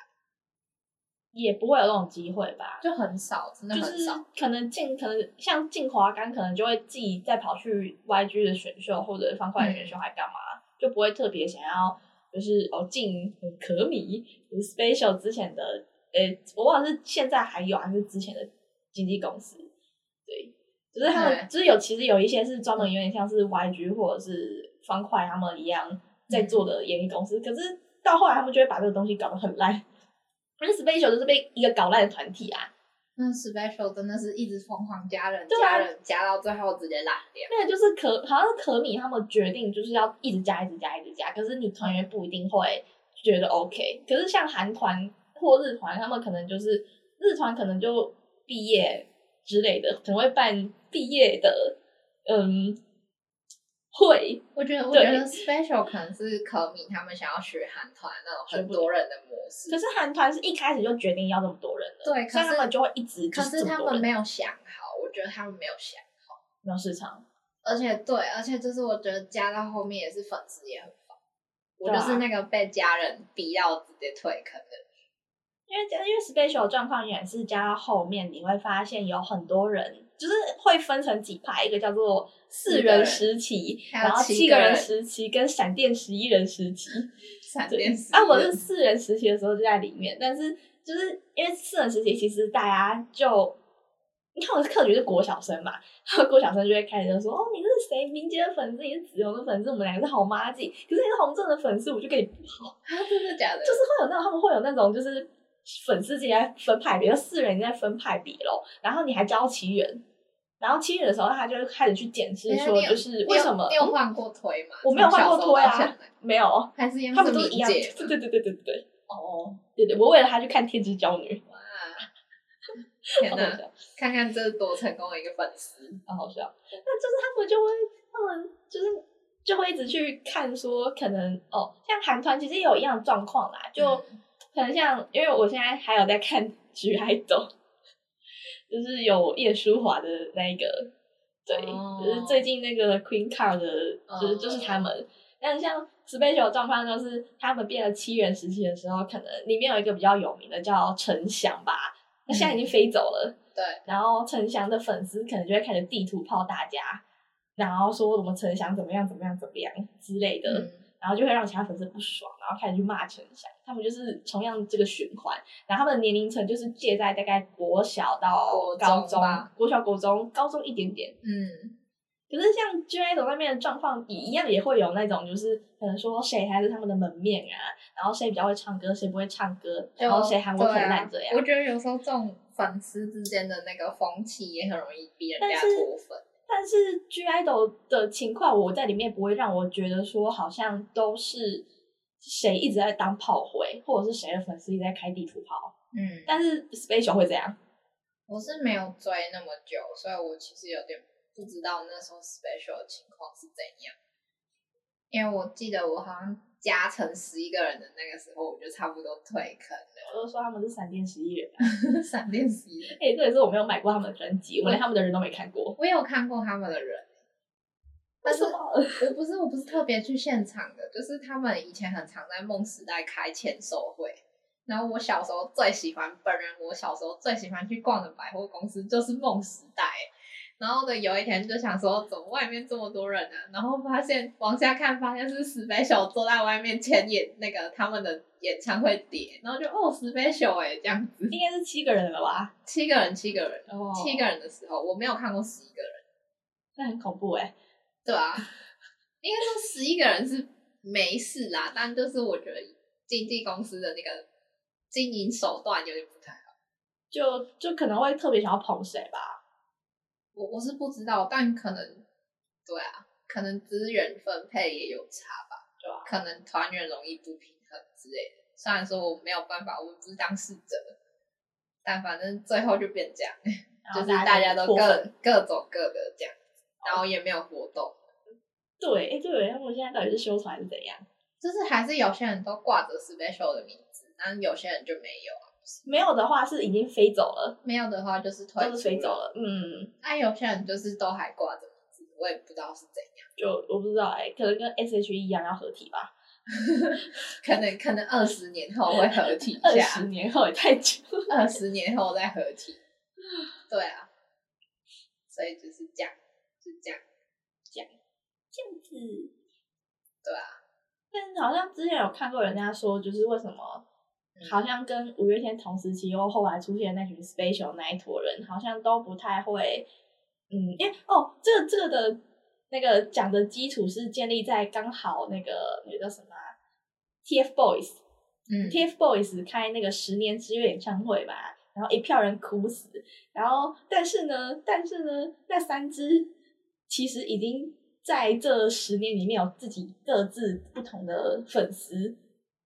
[SPEAKER 3] 也不会有这种机会吧？
[SPEAKER 2] 就很少，真的
[SPEAKER 3] 就
[SPEAKER 2] 很
[SPEAKER 3] 是
[SPEAKER 2] 少。
[SPEAKER 3] 可能进，可能像进华冈，可能就会自己再跑去 YG 的选秀或者方块的
[SPEAKER 2] 嗯
[SPEAKER 3] 选秀，还干嘛？就不会特别想要，就是哦进嗯可米、就是 Special 之前的，诶、我忘了是现在还有还是之前的经纪公司，对，就是他们
[SPEAKER 2] 对
[SPEAKER 3] 就是有其实有一些是专门有点像是 YG 或者是方块他们一样在
[SPEAKER 2] 嗯
[SPEAKER 3] 做的演艺公司，可是到后来他们就会把这个东西搞得很烂。可是 Special 就是被一个搞烂的团体啊，
[SPEAKER 2] 那 special 真的是一直疯狂加人，
[SPEAKER 3] 对啊
[SPEAKER 2] 加人加到最后直接烂掉。
[SPEAKER 3] 那个就是可好像是可米他们决定就是要一直加一直加一直加，可是你团员不一定会觉得 OK。可是像韩团或日团，他们可能就是日团可能就毕业之类的，可能会办毕业的嗯会，
[SPEAKER 2] 我觉得，我觉
[SPEAKER 3] 对
[SPEAKER 2] 得 special 可能是可米他们想要学韩团那种很多人的模式
[SPEAKER 3] 可，是韩团是一开始就决定要这么多人的，
[SPEAKER 2] 对可
[SPEAKER 3] 所以他
[SPEAKER 2] 是
[SPEAKER 3] 们就会一直就
[SPEAKER 2] 可
[SPEAKER 3] 是
[SPEAKER 2] 是
[SPEAKER 3] 这么
[SPEAKER 2] 他
[SPEAKER 3] 多
[SPEAKER 2] 们
[SPEAKER 3] 人
[SPEAKER 2] 没有想好，我觉得他们没有想。
[SPEAKER 3] 没有市场，
[SPEAKER 2] 而且对，而且就是我觉得加到后面也是粉丝也很烦，我
[SPEAKER 3] 对
[SPEAKER 2] 就
[SPEAKER 3] 啊
[SPEAKER 2] 是那个被家人逼到直接退坑的。
[SPEAKER 3] 因为因为 special 的状况也是加到后面，你会发现有很多人就是会分成几派，一个叫做四人时期，
[SPEAKER 2] 还有
[SPEAKER 3] 然后
[SPEAKER 2] 七
[SPEAKER 3] 七
[SPEAKER 2] 个
[SPEAKER 3] 个
[SPEAKER 2] 人
[SPEAKER 3] 人时期跟闪电十一人时期。
[SPEAKER 2] 闪
[SPEAKER 3] 对
[SPEAKER 2] 电十一
[SPEAKER 3] 啊，我是四人时期的时候就在里面，但是就是因为四人时期，其实大家就你看我的客群是国小生嘛，然后国小生就会开始就说哦，你是谁明杰的粉丝，你是子荣的粉丝，我们两个是好妈鸡，可是你是洪正的粉丝，我就跟你不好。
[SPEAKER 2] 啊，真的假的？
[SPEAKER 3] 就是会有那种他们会有那种就是粉丝之间在分派别，就四人在分派别咯，然后你还教七人，然后七人的时候他就开始去检视
[SPEAKER 2] 等一下
[SPEAKER 3] 说
[SPEAKER 2] 哎你有
[SPEAKER 3] 就是为什么
[SPEAKER 2] 你有你有换过推吗？
[SPEAKER 3] 我没有换过推啊
[SPEAKER 2] 从小时候到现在
[SPEAKER 3] 没有，
[SPEAKER 2] 还是因为
[SPEAKER 3] 他们都是一
[SPEAKER 2] 理
[SPEAKER 3] 样的，
[SPEAKER 2] 解
[SPEAKER 3] <laughs> 对对对对对对对
[SPEAKER 2] 哦。
[SPEAKER 3] 对对，我为了他去看《天之娇女
[SPEAKER 2] 哇，天》，
[SPEAKER 3] 好好
[SPEAKER 2] 哪！
[SPEAKER 3] 笑，
[SPEAKER 2] 看看这是多成功的一个粉丝，
[SPEAKER 3] 好好笑，那就是他们就会他们就是。就会一直去看，说可能哦，像韩团其实也有一样的状况啦，就、
[SPEAKER 2] 嗯
[SPEAKER 3] 可能像，因为我现在还有在看《菊爱豆》， <laughs> 就是有叶舒华的那一个，对，
[SPEAKER 2] 哦
[SPEAKER 3] 就是最近那个 Queen Card 的，就是、
[SPEAKER 2] 哦
[SPEAKER 3] 就是他们。但是像 Special 的状况就是，他们变了七元时期的时候，可能里面有一个比较有名的叫陈翔吧，那现在已经飞走了。
[SPEAKER 2] 对，
[SPEAKER 3] 然后陈翔的粉丝可能就会开始地图炮大家，然后说什么陈翔怎么样怎么样怎么样之类的。
[SPEAKER 2] 嗯，
[SPEAKER 3] 然后就会让其他粉丝不爽，然后开始去骂陈翔，他们就是同样这个循环，然后他们的年龄层就是介在大概国小到
[SPEAKER 2] 国中
[SPEAKER 3] 高中，
[SPEAKER 2] 吧
[SPEAKER 3] 国小、国中、高中一点点。
[SPEAKER 2] 嗯，
[SPEAKER 3] 可是像 G I 那边的状况也一样，也会有那种就是可能说谁才是他们的门面啊，然后谁比较会唱歌，谁不会唱歌，
[SPEAKER 2] 就
[SPEAKER 3] 然后谁韩文
[SPEAKER 2] 对
[SPEAKER 3] 很
[SPEAKER 2] 啊
[SPEAKER 3] 烂这样。
[SPEAKER 2] 我觉得有时候这种粉丝之间的那个风气也很容易逼人家
[SPEAKER 3] 但是
[SPEAKER 2] 脱粉。
[SPEAKER 3] 但是 G idol 的情况，我在里面不会让我觉得说好像都是谁一直在当炮灰，或者是谁的粉丝一直在开地图炮。
[SPEAKER 2] 嗯，
[SPEAKER 3] 但是 special 会这样，
[SPEAKER 2] 我是没有追那么久，所以我其实有点不知道那时候 special 的情况是怎样。因为我记得我好像加成十一个人的那个时候，我就差不多退坑了。 <laughs>
[SPEAKER 3] 我就说他们是闪电十一人。啊
[SPEAKER 2] 闪电十一人，
[SPEAKER 3] 哎、这也是我没有买过他们的专辑，我连他们的人都没看过。
[SPEAKER 2] 我有看过他们的人，但是
[SPEAKER 3] 为什么 <laughs>
[SPEAKER 2] 我不是我不是特别去现场的，就是他们以前很常在梦时代开签售会。然后我小时候最喜欢，本人我小时候最喜欢去逛的百货公司就是梦时代。然后呢，有一天就想说，怎么外面这么多人啊？然后发现往下看，发现是史北秀坐在外面签演那个他们的演唱会碟，然后就哦史北秀哎这样子，
[SPEAKER 3] 应该是七个人了吧？
[SPEAKER 2] 七个人七个人、
[SPEAKER 3] 哦
[SPEAKER 2] 七个人的时候，我没有看过十一个人。
[SPEAKER 3] 那很恐怖哎、
[SPEAKER 2] 对啊，应该说十一个人是没事啦，但就是我觉得经纪公司的那个经营手段有点不太好。
[SPEAKER 3] 就就可能会特别想要捧谁吧。
[SPEAKER 2] 我我是不知道，但可能对啊，可能资源分配也有差吧，
[SPEAKER 3] 对啊
[SPEAKER 2] 可能团员容易不平衡之类的。虽然说我没有办法，我不是当事者，但反正最后就变这样，
[SPEAKER 3] 然
[SPEAKER 2] 就
[SPEAKER 3] 后
[SPEAKER 2] 是大家都
[SPEAKER 3] 脱粉
[SPEAKER 2] 各各走各的这样，然
[SPEAKER 3] 哦
[SPEAKER 2] 后也没有活动。
[SPEAKER 3] 对，哎、对，他们现在到底是修团还是怎样？
[SPEAKER 2] 就是还是有些人都挂着 special 的名字，但有些人就没有啊。
[SPEAKER 3] 没有的话是已经飞走了，
[SPEAKER 2] 没有的话就是退出
[SPEAKER 3] 就是飞走。了。嗯，
[SPEAKER 2] 那、有些人就是都还挂着名字，我也不知道是怎样。
[SPEAKER 3] 就我不知道哎、可能跟 S H E 一样要合体吧。
[SPEAKER 2] 可能可能二十年后会合体一
[SPEAKER 3] 二
[SPEAKER 2] 下
[SPEAKER 3] 十，年后也太久了。
[SPEAKER 2] 二十年后再合体。对啊，所以就是这样，就这样。
[SPEAKER 3] 这样子，
[SPEAKER 2] 对
[SPEAKER 3] 啊。但好像之前有看过人家说，就是为什么好像跟五月天同时期又后来出现的那群 special 那一坨人，好像都不太会，嗯，因为哦，这个这个的那个讲的基础是建立在刚好那个那个叫什么啊、TFBOYS
[SPEAKER 2] 嗯
[SPEAKER 3] TFBOYS 开那个十年之约演唱会吧，然后一票人哭死，然后但是呢，但是呢，那三支其实已经在这十年里面有自己各自不同的粉丝，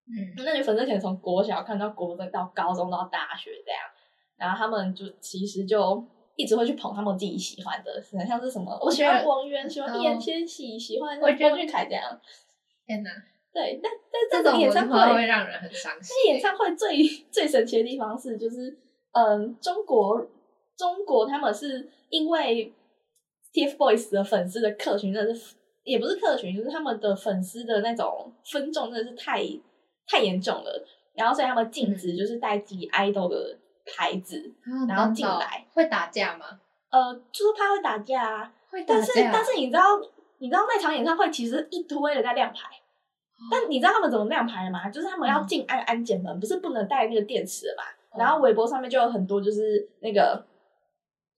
[SPEAKER 2] 嗯
[SPEAKER 3] 那你粉丝可能从国小看到国中到高中到大学这样，然后他们就其实就。一直会去捧他们自己喜欢的，很像是什么？我喜欢王源，喜欢易烊千玺，喜欢
[SPEAKER 2] 我觉得
[SPEAKER 3] 郭俊凯这样。
[SPEAKER 2] 天哪，
[SPEAKER 3] 对，但但这
[SPEAKER 2] 这
[SPEAKER 3] 种
[SPEAKER 2] 种
[SPEAKER 3] 演唱
[SPEAKER 2] 文
[SPEAKER 3] 会
[SPEAKER 2] 化会让人很伤心
[SPEAKER 3] 那。演唱会最 <laughs> 最神奇的地方是，就是嗯，中国中国他们是因为 TFBOYS 的粉丝的客群真的是也不是客群，就是他们的粉丝的那种分众真的是太太严重了，然后所以他们禁
[SPEAKER 2] 嗯
[SPEAKER 3] 止就是带自己 idol 的牌子，
[SPEAKER 2] 啊
[SPEAKER 3] 然后
[SPEAKER 2] 真的
[SPEAKER 3] 进
[SPEAKER 2] 哦
[SPEAKER 3] 来
[SPEAKER 2] 会打架吗？
[SPEAKER 3] 呃，就是怕会打架啊。
[SPEAKER 2] 会打
[SPEAKER 3] 但是
[SPEAKER 2] 架，
[SPEAKER 3] 但是你知道你知道那场演唱会其实一堆人在亮牌，
[SPEAKER 2] 哦
[SPEAKER 3] 但你知道他们怎么亮牌的吗？就是他们要进安安检门，不是不能带那个电池的嘛。
[SPEAKER 2] 嗯
[SPEAKER 3] 然后微博上面就有很多就是那个。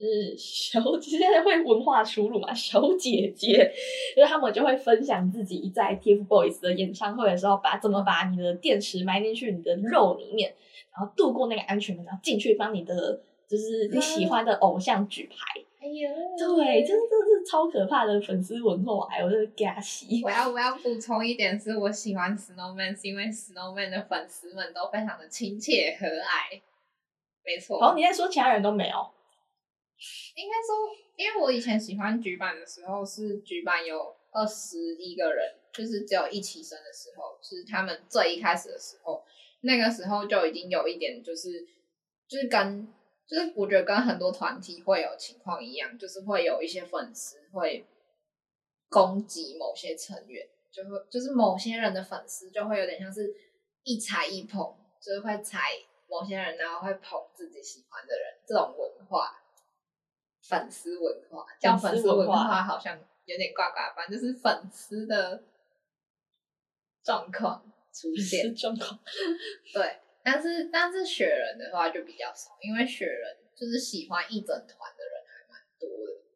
[SPEAKER 3] 就是小姐， <laughs> 现在会文化输入嘛？小姐姐，就是他们就会分享自己在 TFBOYS 的演唱会的时候，把怎么把你的电池埋进去你的肉里面，然后度过那个安全门，然后进去帮你的就是你
[SPEAKER 2] 嗯
[SPEAKER 3] 喜欢的偶像举牌。
[SPEAKER 2] 哎呦，
[SPEAKER 3] 对，就是这是超可怕的粉丝文化，哎，我真的给他洗。
[SPEAKER 2] 我要我要补充一点，是我喜欢 Snowman 是因为 Snowman 的粉丝们都非常的亲切和蔼。没错，
[SPEAKER 3] 然后哦你再说其他人都没有，
[SPEAKER 2] 应该说，因为我以前喜欢局版的时候，是局版有二十一个人，就是只有一起生的时候，是他们最一开始的时候，那个时候就已经有一点就是就是跟就是我觉得跟很多团体会有情况一样，就是会有一些粉丝会攻击某些成员，就会就是某些人的粉丝就会有点像是一踩一捧，就是会踩某些人，然后会捧自己喜欢的人，这种文化，粉丝文化叫粉丝文化好像有点怪怪，反正就是粉丝的状况出现
[SPEAKER 3] 是。状况。 <laughs>
[SPEAKER 2] 对，但是但是雪人的话就比较少，因为雪人就是喜欢一整团的人还蛮多的，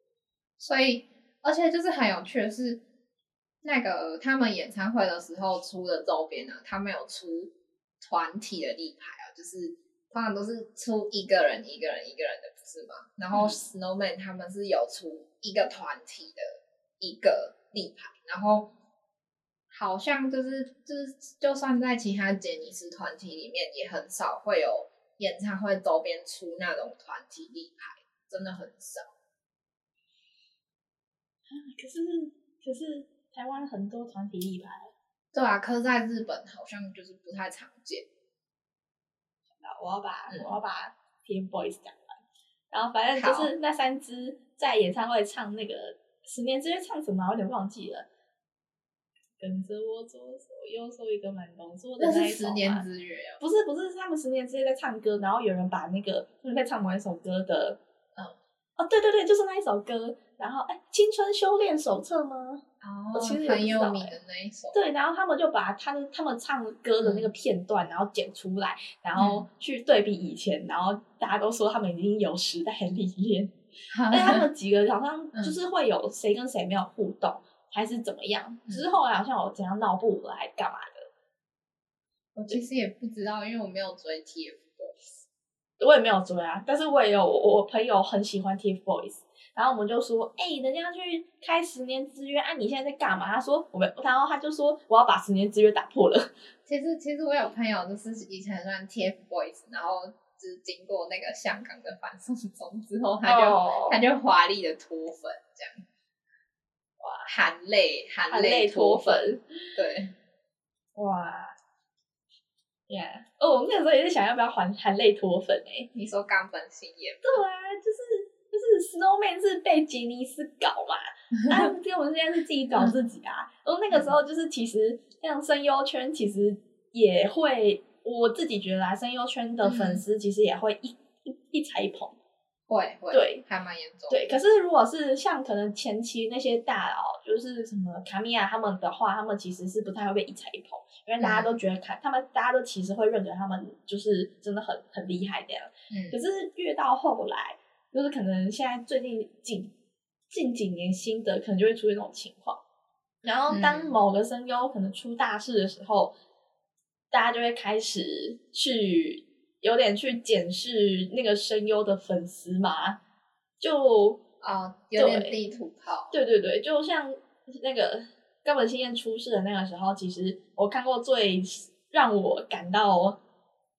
[SPEAKER 2] 所以而且就是很有趣的是，那个他们演唱会的时候出的周边呢，他们有出团体的立牌啊，就是通常都是出一个人一个人一个人的，不是吗？然后
[SPEAKER 3] 嗯
[SPEAKER 2] Snowman 他们是有出一个团体的一个立牌，然后好像就是就是，就算在其他杰尼斯团体里面，也很少会有演唱会周边出那种团体立牌，真的很少。
[SPEAKER 3] 可是可是台湾很多团体立牌，
[SPEAKER 2] 对啊，可是在日本好像就是不太常见。
[SPEAKER 3] 我要把、
[SPEAKER 2] 嗯
[SPEAKER 3] 我要把 TFBOYS 讲完。然后反正就是那三支在演唱会唱那个十年之约唱什么啊，我有点忘记了。跟着我左手右手一个慢动作的
[SPEAKER 2] 那
[SPEAKER 3] 那
[SPEAKER 2] 是
[SPEAKER 3] 一首
[SPEAKER 2] 十
[SPEAKER 3] 嘛
[SPEAKER 2] 年之约哦，
[SPEAKER 3] 不是不是，是他们十年之间在唱歌，然后有人把那个他们在唱某一首歌的，嗯，哦，对对对，就是那一首歌，然后哎，青春修炼手册吗？我
[SPEAKER 2] 哦
[SPEAKER 3] 其实也不
[SPEAKER 2] 很
[SPEAKER 3] 知道
[SPEAKER 2] 有名
[SPEAKER 3] 欸
[SPEAKER 2] 的那
[SPEAKER 3] <laughs>
[SPEAKER 2] 一首。
[SPEAKER 3] 对，然后他们就把他的他们唱歌的那个片段，然后剪出来，然后去对比以前，然后大家都说他们已经有时代理念，而且哎他们几个好像就是会有谁跟谁没有互动，还是怎么样，只是后来好像有怎样闹不来干嘛的，
[SPEAKER 2] <laughs> 我其实也不知道，因为我没有追 TFBOYS。
[SPEAKER 3] 我也没有追啊，但是我也有我我朋友很喜欢 TFBOYS，然后我们就说，哎、人家去开十年之约，啊，你现在在干嘛？他说我们，然后他就说我要把十年之约打破了，
[SPEAKER 2] 其实其实我有朋友就是以前算 TFBOYS，然后就是经过那个香港的反送中之后，他就、
[SPEAKER 3] 哦
[SPEAKER 2] 他就华丽的脱粉这样。哇，含泪含
[SPEAKER 3] 含泪脱
[SPEAKER 2] 脱粉，
[SPEAKER 3] 粉，
[SPEAKER 2] 对，
[SPEAKER 3] 哇，Yeah，哦，我那个时候也是想要不要含含泪脱粉哎、
[SPEAKER 2] 你说冈本信也
[SPEAKER 3] 对啊，就是就是 Snowman 是被杰尼斯搞嘛，啊，这我现在是自己搞自己啊。然后那个时候就是，其实像声优圈，其实也会，我自己觉得啊，声优圈的粉丝其实也会一一一踩一捧。
[SPEAKER 2] 会会，
[SPEAKER 3] 对，
[SPEAKER 2] 还蛮严重。，
[SPEAKER 3] 对，可是如果是像可能前期那些大佬，就是什么卡米亚他们的话，他们其实是不太会被一踩一捧，因为大家都觉得卡，他们大家都其实会认可他们就是真的很很厉害这样。可
[SPEAKER 2] 嗯，
[SPEAKER 3] 是越到后来，就是可能现在最近近近几年新的，可能就会出现这种情况。然后当
[SPEAKER 2] 嗯
[SPEAKER 3] 某个声优可能出大事的时候，大家就会开始去有点去检视那个声优的粉丝嘛，就
[SPEAKER 2] 哦，有点
[SPEAKER 3] 对
[SPEAKER 2] 地图炮。
[SPEAKER 3] 对对对，就像那个冈本新彦出事的那个时候，其实我看过最让我感到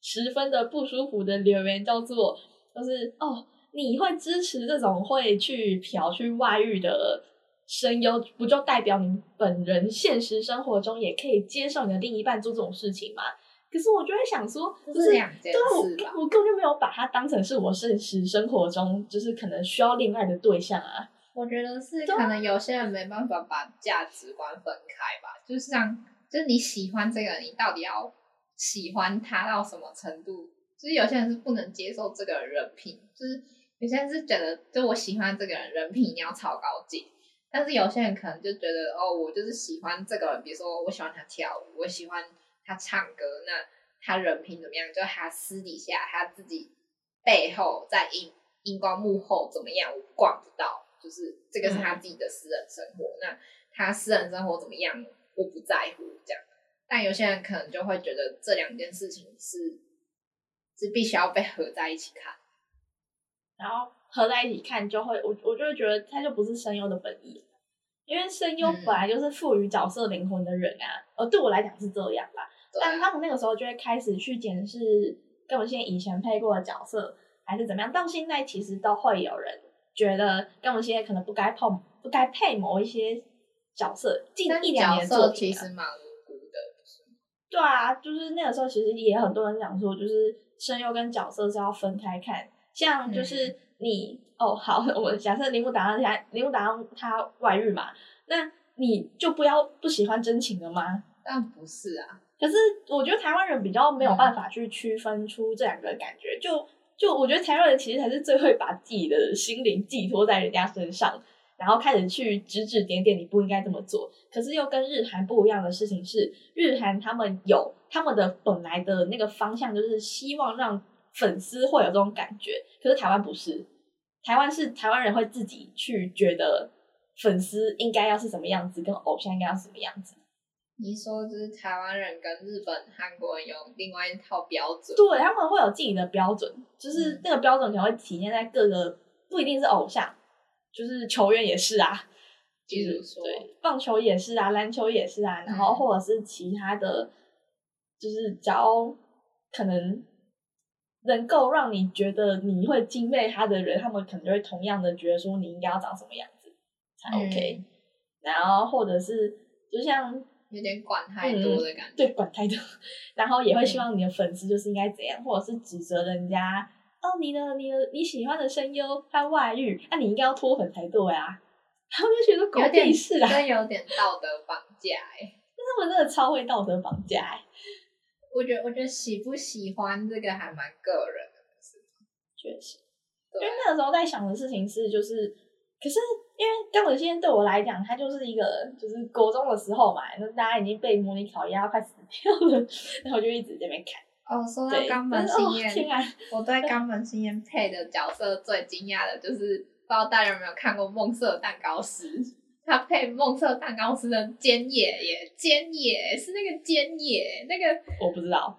[SPEAKER 3] 十分的不舒服的留言，叫做就是哦，你会支持这种会去嫖去外遇的声优，不就代表你本人现实生活中也可以接受你的另一半做这种事情吗？可是我就会想说，
[SPEAKER 2] 这
[SPEAKER 3] 不
[SPEAKER 2] 是两件事
[SPEAKER 3] 对
[SPEAKER 2] 吧
[SPEAKER 3] 啊，我我根本就没有把它当成是我现实生活中就是可能需要恋爱的对象啊。
[SPEAKER 2] 我觉得是
[SPEAKER 3] 对啊
[SPEAKER 2] 可能有些人没办法把价值观分开吧，就是像，就是你喜欢这个人，你到底要喜欢他到什么程度？就是有些人是不能接受这个人品，就是有些人是觉得，就我喜欢这个人人品一定要超高级，但是有些人可能就觉得，哦，我就是喜欢这个人，比如说我喜欢他跳舞，我喜欢他唱歌，那他人品怎么样？就他私底下他自己背后在荧荧光幕后怎么样，我管不到，就是这个是
[SPEAKER 3] 嗯
[SPEAKER 2] 他自己的私人生活，那他私人生活怎么样，我不在乎这样。但有些人可能就会觉得这两件事情是是必须要被合在一起看。
[SPEAKER 3] 然后合在一起看，就会我我就会觉得它就不是声优的本意，因为声优
[SPEAKER 2] 嗯
[SPEAKER 3] 本来就是赋予角色灵魂的人啊，呃，对我来讲是这样啦。
[SPEAKER 2] 对
[SPEAKER 3] 但
[SPEAKER 2] 啊，
[SPEAKER 3] 他们那个时候就会开始去检视跟我现在以前配过的角色还是怎么样，到现在其实都会有人觉得跟我现在可能不该碰、不该配某一些角色，近
[SPEAKER 2] 但
[SPEAKER 3] 一两
[SPEAKER 2] 角
[SPEAKER 3] 年的作品、
[SPEAKER 2] 色
[SPEAKER 3] 啊、
[SPEAKER 2] 其实蛮无辜的，就是
[SPEAKER 3] 对啊，就是那个时候其实也很多人讲说，就是声优跟角色是要分开看，像就是你、哦好， <laughs> 我们假设铃木达让他铃木达让他外遇嘛，那你就不要不喜欢真情了吗？
[SPEAKER 2] 但不是啊，
[SPEAKER 3] 可是我觉得台湾人比较没有办法去区分出这两个感觉，就就我觉得台湾人其实才是最会把自己的心灵寄托在人家身上，然后开始去指指点点你不应该这么做。可是又跟日韩不一样的事情是，日韩他们有他们的本来的那个方向，就是希望让粉丝会有这种感觉，可是台湾不是，台湾是台湾人会自己去觉得粉丝应该要是什么样子，跟偶像应该要什么样子。
[SPEAKER 2] 你说就是台湾人跟日本、韩国人有另外一套标准，
[SPEAKER 3] 对，他们会有自己的标准，就是
[SPEAKER 2] 嗯
[SPEAKER 3] 那个标准可能会体现在各个，不一定是偶像，就是球员也是啊，
[SPEAKER 2] 比如
[SPEAKER 3] 就是
[SPEAKER 2] 说
[SPEAKER 3] 对棒球也是啊，篮球也是啊，然后
[SPEAKER 2] 嗯
[SPEAKER 3] 或者是其他的，就是只要可能能够让你觉得你会敬佩他的人，他们可能就会同样的觉得说你应该要长什么样子才
[SPEAKER 2] 嗯
[SPEAKER 3] OK，、然后或者是就像
[SPEAKER 2] 有点管太
[SPEAKER 3] 嗯
[SPEAKER 2] 多的感觉。
[SPEAKER 3] 对管太多，然后也会希望你的粉丝就是应该怎样，或者是指责人家哦，你的你的你喜欢的声优他外遇，那、你应该要脱粉才对啊。他们就觉得狗
[SPEAKER 2] 有点
[SPEAKER 3] 屁事啦，
[SPEAKER 2] 真有点道德绑架哎、
[SPEAKER 3] 他们真的超会道德绑架、欸，
[SPEAKER 2] 我觉得，我觉得喜不喜欢这个还蛮个人的，
[SPEAKER 3] 确实。因为
[SPEAKER 2] 对，
[SPEAKER 3] 那个时候在想的事情是，就是，可是因为根本现在对我来讲，它就是一个就是国中的时候嘛，那大家已经被模拟考压到快死掉了，然后我就一直在那边看。
[SPEAKER 2] 哦，说到
[SPEAKER 3] 对，
[SPEAKER 2] 冈本
[SPEAKER 3] 但是
[SPEAKER 2] 新
[SPEAKER 3] 哦天
[SPEAKER 2] 彦，
[SPEAKER 3] 啊，
[SPEAKER 2] 我对冈本新彦配的角色最惊讶的就是，不知道大家有没有看过《梦色蛋糕师》， <laughs> 他配《梦色蛋糕师》的菅野耶，菅野是那个菅野，那个
[SPEAKER 3] 我不知道，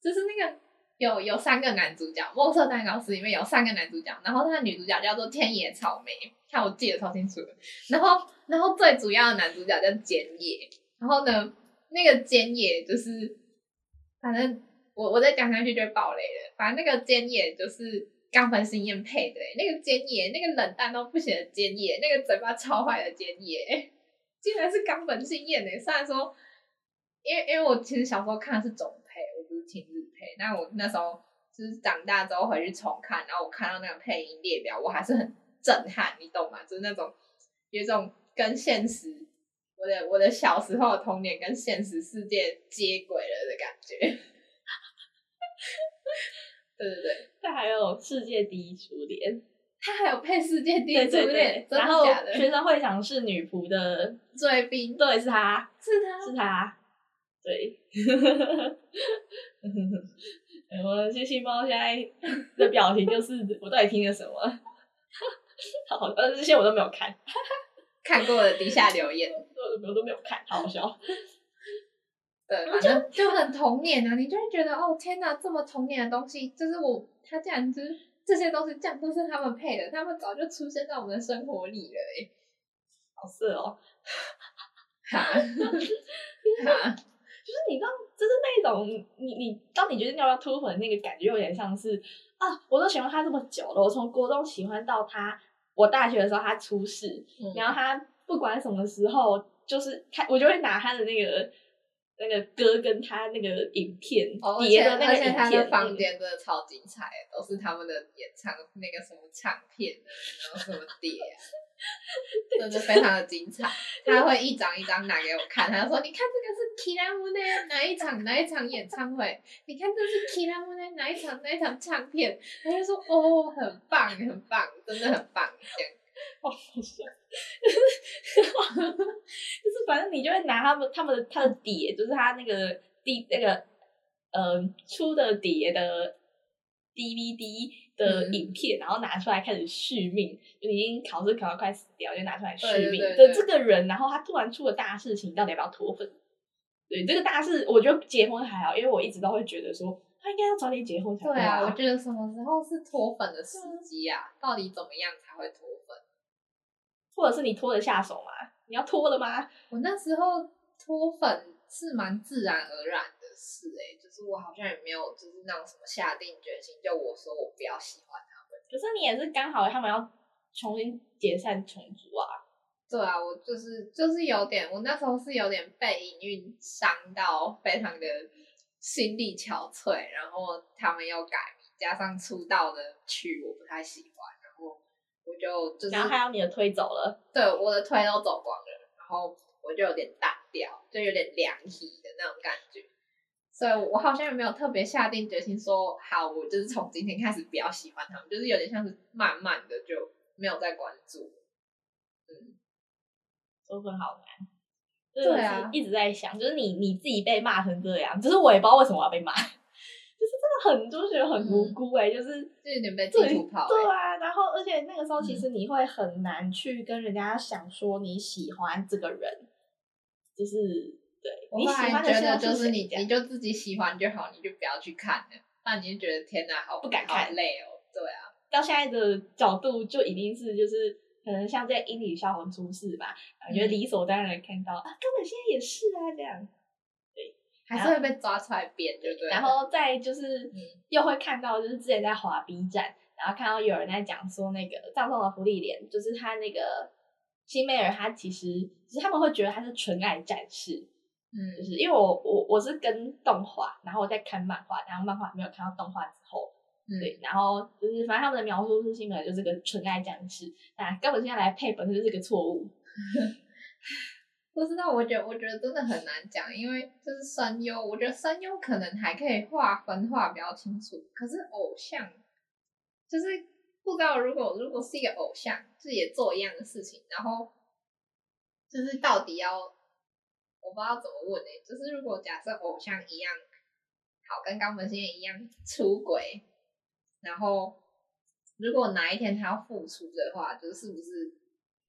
[SPEAKER 2] 就是那个有有三个男主角，《梦色蛋糕师》里面有三个男主角，然后他的女主角叫做天野草莓，看我记得超清楚的。然后，然后最主要的男主角叫菅野，然后呢，那个菅野就是，反正我我再讲下去就会爆雷了。反正那个菅野就是冈本新彦配的欸、那个菅野，那个冷淡到不行的菅野，那个嘴巴超坏的菅野，竟然是冈本新彦呢、虽然说，因为因为我其实小时候看的是总配，我不是听日配，那我那时候就是长大之后回去重看，然后我看到那个配音列表，我还是很震撼，你懂吗？就是那种有一种跟现实，我的我的小时候的童年跟现实世界接轨了的感觉。 <laughs> 对对对，
[SPEAKER 3] 他还有世界第一初恋，
[SPEAKER 2] 他还有配世界第一初
[SPEAKER 3] 对对
[SPEAKER 2] 恋
[SPEAKER 3] 对，，
[SPEAKER 2] 真
[SPEAKER 3] 然
[SPEAKER 2] 的
[SPEAKER 3] 后
[SPEAKER 2] 假的？
[SPEAKER 3] 学生会长是女仆的，
[SPEAKER 2] 追兵
[SPEAKER 3] 对，是他，
[SPEAKER 2] 是他，
[SPEAKER 3] 是他，对。 <laughs> 我这细胞现在的表情就是我到底听了什么？ <laughs> 好，但是这些我都没有看，
[SPEAKER 2] 看过的底下留言，
[SPEAKER 3] 我都我都没有看，好好笑。
[SPEAKER 2] 对，反正就很童年啊，你就会觉得哦天哪，这么童年的东西，就是我他竟然就是这些东西，这样都是他们配的，他们早就出现在我们的生活里了、欸， <laughs>
[SPEAKER 3] 好色哦，
[SPEAKER 2] 哈 <laughs> 哈，
[SPEAKER 3] 就是你知道，就是那种你你当你决定要不要脱粉那个感觉，有点像是啊，我都喜欢他这么久了，我从国中喜欢到他，我大学的时候他出事，
[SPEAKER 2] 嗯
[SPEAKER 3] 然后他不管什么时候，就是他，我就会拿他的那个那个歌跟他那个影片
[SPEAKER 2] 哦，而且
[SPEAKER 3] 叠的那
[SPEAKER 2] 而
[SPEAKER 3] 个
[SPEAKER 2] 且他
[SPEAKER 3] 影
[SPEAKER 2] 的
[SPEAKER 3] 片，
[SPEAKER 2] 房间真的超精彩的，都是他们的演唱那个什么唱片啊，然后什么碟啊，真的非常的精彩。他会一张一张拿给我看，他就说：“你看这个是 k i r a m 的哪一场哪一场演唱会？你看这是 k i r a m 的哪一场哪一场唱片？”我就说：“哦，很棒，很棒，真的很棒。”这样
[SPEAKER 3] 好好笑。就是反正你就会拿他们他们的他的碟，就是他那个 D 那个呃出的碟的 DVD 的
[SPEAKER 2] 嗯
[SPEAKER 3] 影片，然后拿出来开始续命，就已经考试考到快死掉，就拿出来续
[SPEAKER 2] 对对
[SPEAKER 3] 命
[SPEAKER 2] 对
[SPEAKER 3] 的
[SPEAKER 2] 对
[SPEAKER 3] 这个人，然后他突然出了大事情，到底要不要脱粉？对这个大事，我觉得结婚还好，因为我一直都会觉得说他应该要早点结婚才
[SPEAKER 2] 对啊，
[SPEAKER 3] 啊
[SPEAKER 2] 我觉得什么时候是脱粉的时机啊？到底怎么样才会脱粉？
[SPEAKER 3] 或者是你脱得下手吗？你要脱了吗？
[SPEAKER 2] 我那时候脱粉是蛮自然而然的事哎、就是我好像也没有就是那种什么下定决心，就我说我不要喜欢他。
[SPEAKER 3] 可是你也是刚好他们要重新解散重组啊，
[SPEAKER 2] 对啊，我就是就是有点，我那时候是有点被营运伤到，非常的心力憔悴。然后他们又改名，加上出道的曲我不太喜欢，然后我就就是
[SPEAKER 3] 然后还有你的推走了，
[SPEAKER 2] 对，我的腿都走光了，然后我就有点淡掉，就有点凉皮的那种感觉。所以我好像也没有特别下定决心说，好，我就是从今天开始不要喜欢他们，就是有点像是慢慢的就没有再关注。
[SPEAKER 3] 都很好难。
[SPEAKER 2] 对啊
[SPEAKER 3] 就是一直在想，就是你你自己被骂成这样，就是我也不知道为什么我要被骂， <laughs> 就是真的很多觉得
[SPEAKER 2] 嗯
[SPEAKER 3] 很无辜哎、就是
[SPEAKER 2] 就有点被地
[SPEAKER 3] 对
[SPEAKER 2] 图炮、
[SPEAKER 3] 对
[SPEAKER 2] 欸。嗯
[SPEAKER 3] 啊，然后而且那个时候其实你会很难去跟人家想说你喜欢这个人，就是对
[SPEAKER 2] 我
[SPEAKER 3] 你
[SPEAKER 2] 后
[SPEAKER 3] 喜
[SPEAKER 2] 来
[SPEAKER 3] 欢的
[SPEAKER 2] 觉
[SPEAKER 3] 现
[SPEAKER 2] 得
[SPEAKER 3] 在
[SPEAKER 2] 就是你
[SPEAKER 3] 这
[SPEAKER 2] 你
[SPEAKER 3] 样
[SPEAKER 2] 就自己喜欢就好，你就不要去看了，那你就觉得天哪，好
[SPEAKER 3] 不敢
[SPEAKER 2] 好
[SPEAKER 3] 看
[SPEAKER 2] 累哦。对啊，
[SPEAKER 3] 到现在的角度，就一定是就是可能像在英语消防出事吧，我
[SPEAKER 2] 嗯
[SPEAKER 3] 觉得理所当然地看到啊，根本现在也是啊这样。
[SPEAKER 2] 还是会被抓出来编，对不对？
[SPEAKER 3] 然后再就是
[SPEAKER 2] 嗯
[SPEAKER 3] 又会看到，就是之前在滑 B 站，然后看到有人在讲说那个葬送的福利莲，就是他那个辛美尔，他其实就是他们会觉得他是纯爱战士，
[SPEAKER 2] 嗯
[SPEAKER 3] 就是因为我我我是跟动画，然后我在看漫画，然后漫画没有看到动画之后，
[SPEAKER 2] 嗯，
[SPEAKER 3] 对，然后就是反正他们的描述是新本就是个纯爱战士，那根本现在来配本身就是个错误。
[SPEAKER 2] 不知道，我觉得我觉得真的很难讲，因为就是声优，我觉得声优可能还可以划分划比较清楚，可是偶像就是不知道，如果如果是一个偶像，就是也做一样的事情，然后就是到底要我不知道怎么问呢、欸就是如果假设偶像一样好，跟冈本先生一样出轨，然后如果哪一天他要复出的话，就是是不是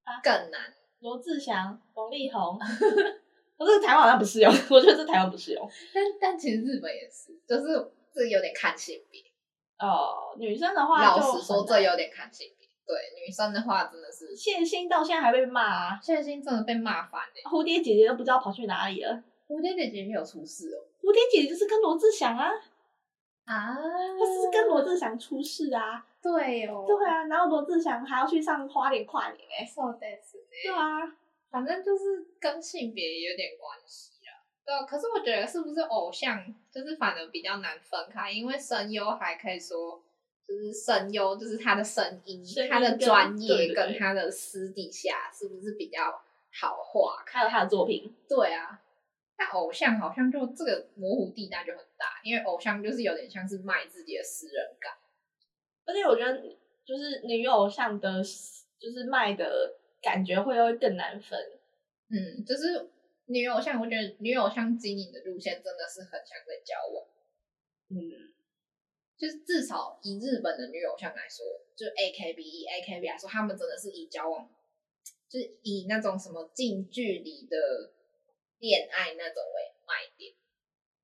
[SPEAKER 3] 啊
[SPEAKER 2] 更难？
[SPEAKER 3] 罗志祥、王力宏， <laughs> 可是台湾好像不适用，我觉得这台湾不适用。
[SPEAKER 2] 但但其实日本也是，就是这有点看性别。
[SPEAKER 3] <laughs> 哦，女生的话
[SPEAKER 2] 老
[SPEAKER 3] 就
[SPEAKER 2] 实说，
[SPEAKER 3] 很
[SPEAKER 2] 这
[SPEAKER 3] 难
[SPEAKER 2] 有点看性别。对女生的话，真的是
[SPEAKER 3] 谢欣到现在还被骂、啊，
[SPEAKER 2] 现在已经真的被骂翻了。
[SPEAKER 3] 蝴蝶姐姐都不知道跑去哪里了。
[SPEAKER 2] 蝴蝶姐姐也有出事哦。
[SPEAKER 3] 蝴蝶姐姐就是跟罗志祥啊，
[SPEAKER 2] 啊，
[SPEAKER 3] 她是跟罗志祥出事啊，
[SPEAKER 2] 对哦，
[SPEAKER 3] 对，啊，然后罗志祥还要去上花莲跨年哎、
[SPEAKER 2] 说的是，
[SPEAKER 3] 对啊，
[SPEAKER 2] 反正就是跟性别也有点关系啦。对，啊可是我觉得是不是偶像，就是反而比较难分开，因为声优还可以说，就是声优，就是他的声音
[SPEAKER 3] 声音，
[SPEAKER 2] 他的专
[SPEAKER 3] 对
[SPEAKER 2] 业
[SPEAKER 3] 对对
[SPEAKER 2] 跟他的私底下是不是比较好画？
[SPEAKER 3] 看了他的作品，
[SPEAKER 2] 对啊，那偶像好像就这个模糊地带就很大，因为偶像就是有点像是卖自己的私人感。
[SPEAKER 3] 而且我觉得就是女偶像的，就是卖的感觉会又更难分。
[SPEAKER 2] 嗯，就是女偶像，我觉得女偶像经营的路线真的是很像在交往。
[SPEAKER 3] 嗯，
[SPEAKER 2] 就是至少以日本的女偶像来说，就 A K B 以 A K B 来说，他们真的是以交往，就是以那种什么近距离的恋爱那种为卖点。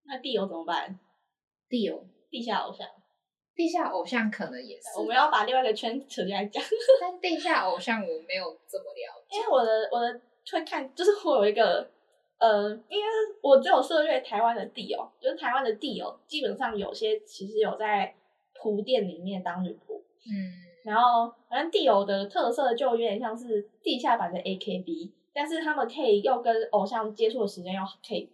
[SPEAKER 3] 那地友怎么办？
[SPEAKER 2] 地有
[SPEAKER 3] 地下偶像，
[SPEAKER 2] 地下偶像可能也是，
[SPEAKER 3] 我们要把另外一个圈扯进来讲。
[SPEAKER 2] 但地下偶像我没有这么了解
[SPEAKER 3] 因。为我的我的会看，就是我有一个，呃，因为我只有涉略台湾的地友，就是台湾的地友，基本上有些其实有在铺店里面当女仆，
[SPEAKER 2] 嗯，
[SPEAKER 3] 然后反正地友的特色就有点像是地下版的 AKB，但是他们可以又跟偶像接触的时间又可以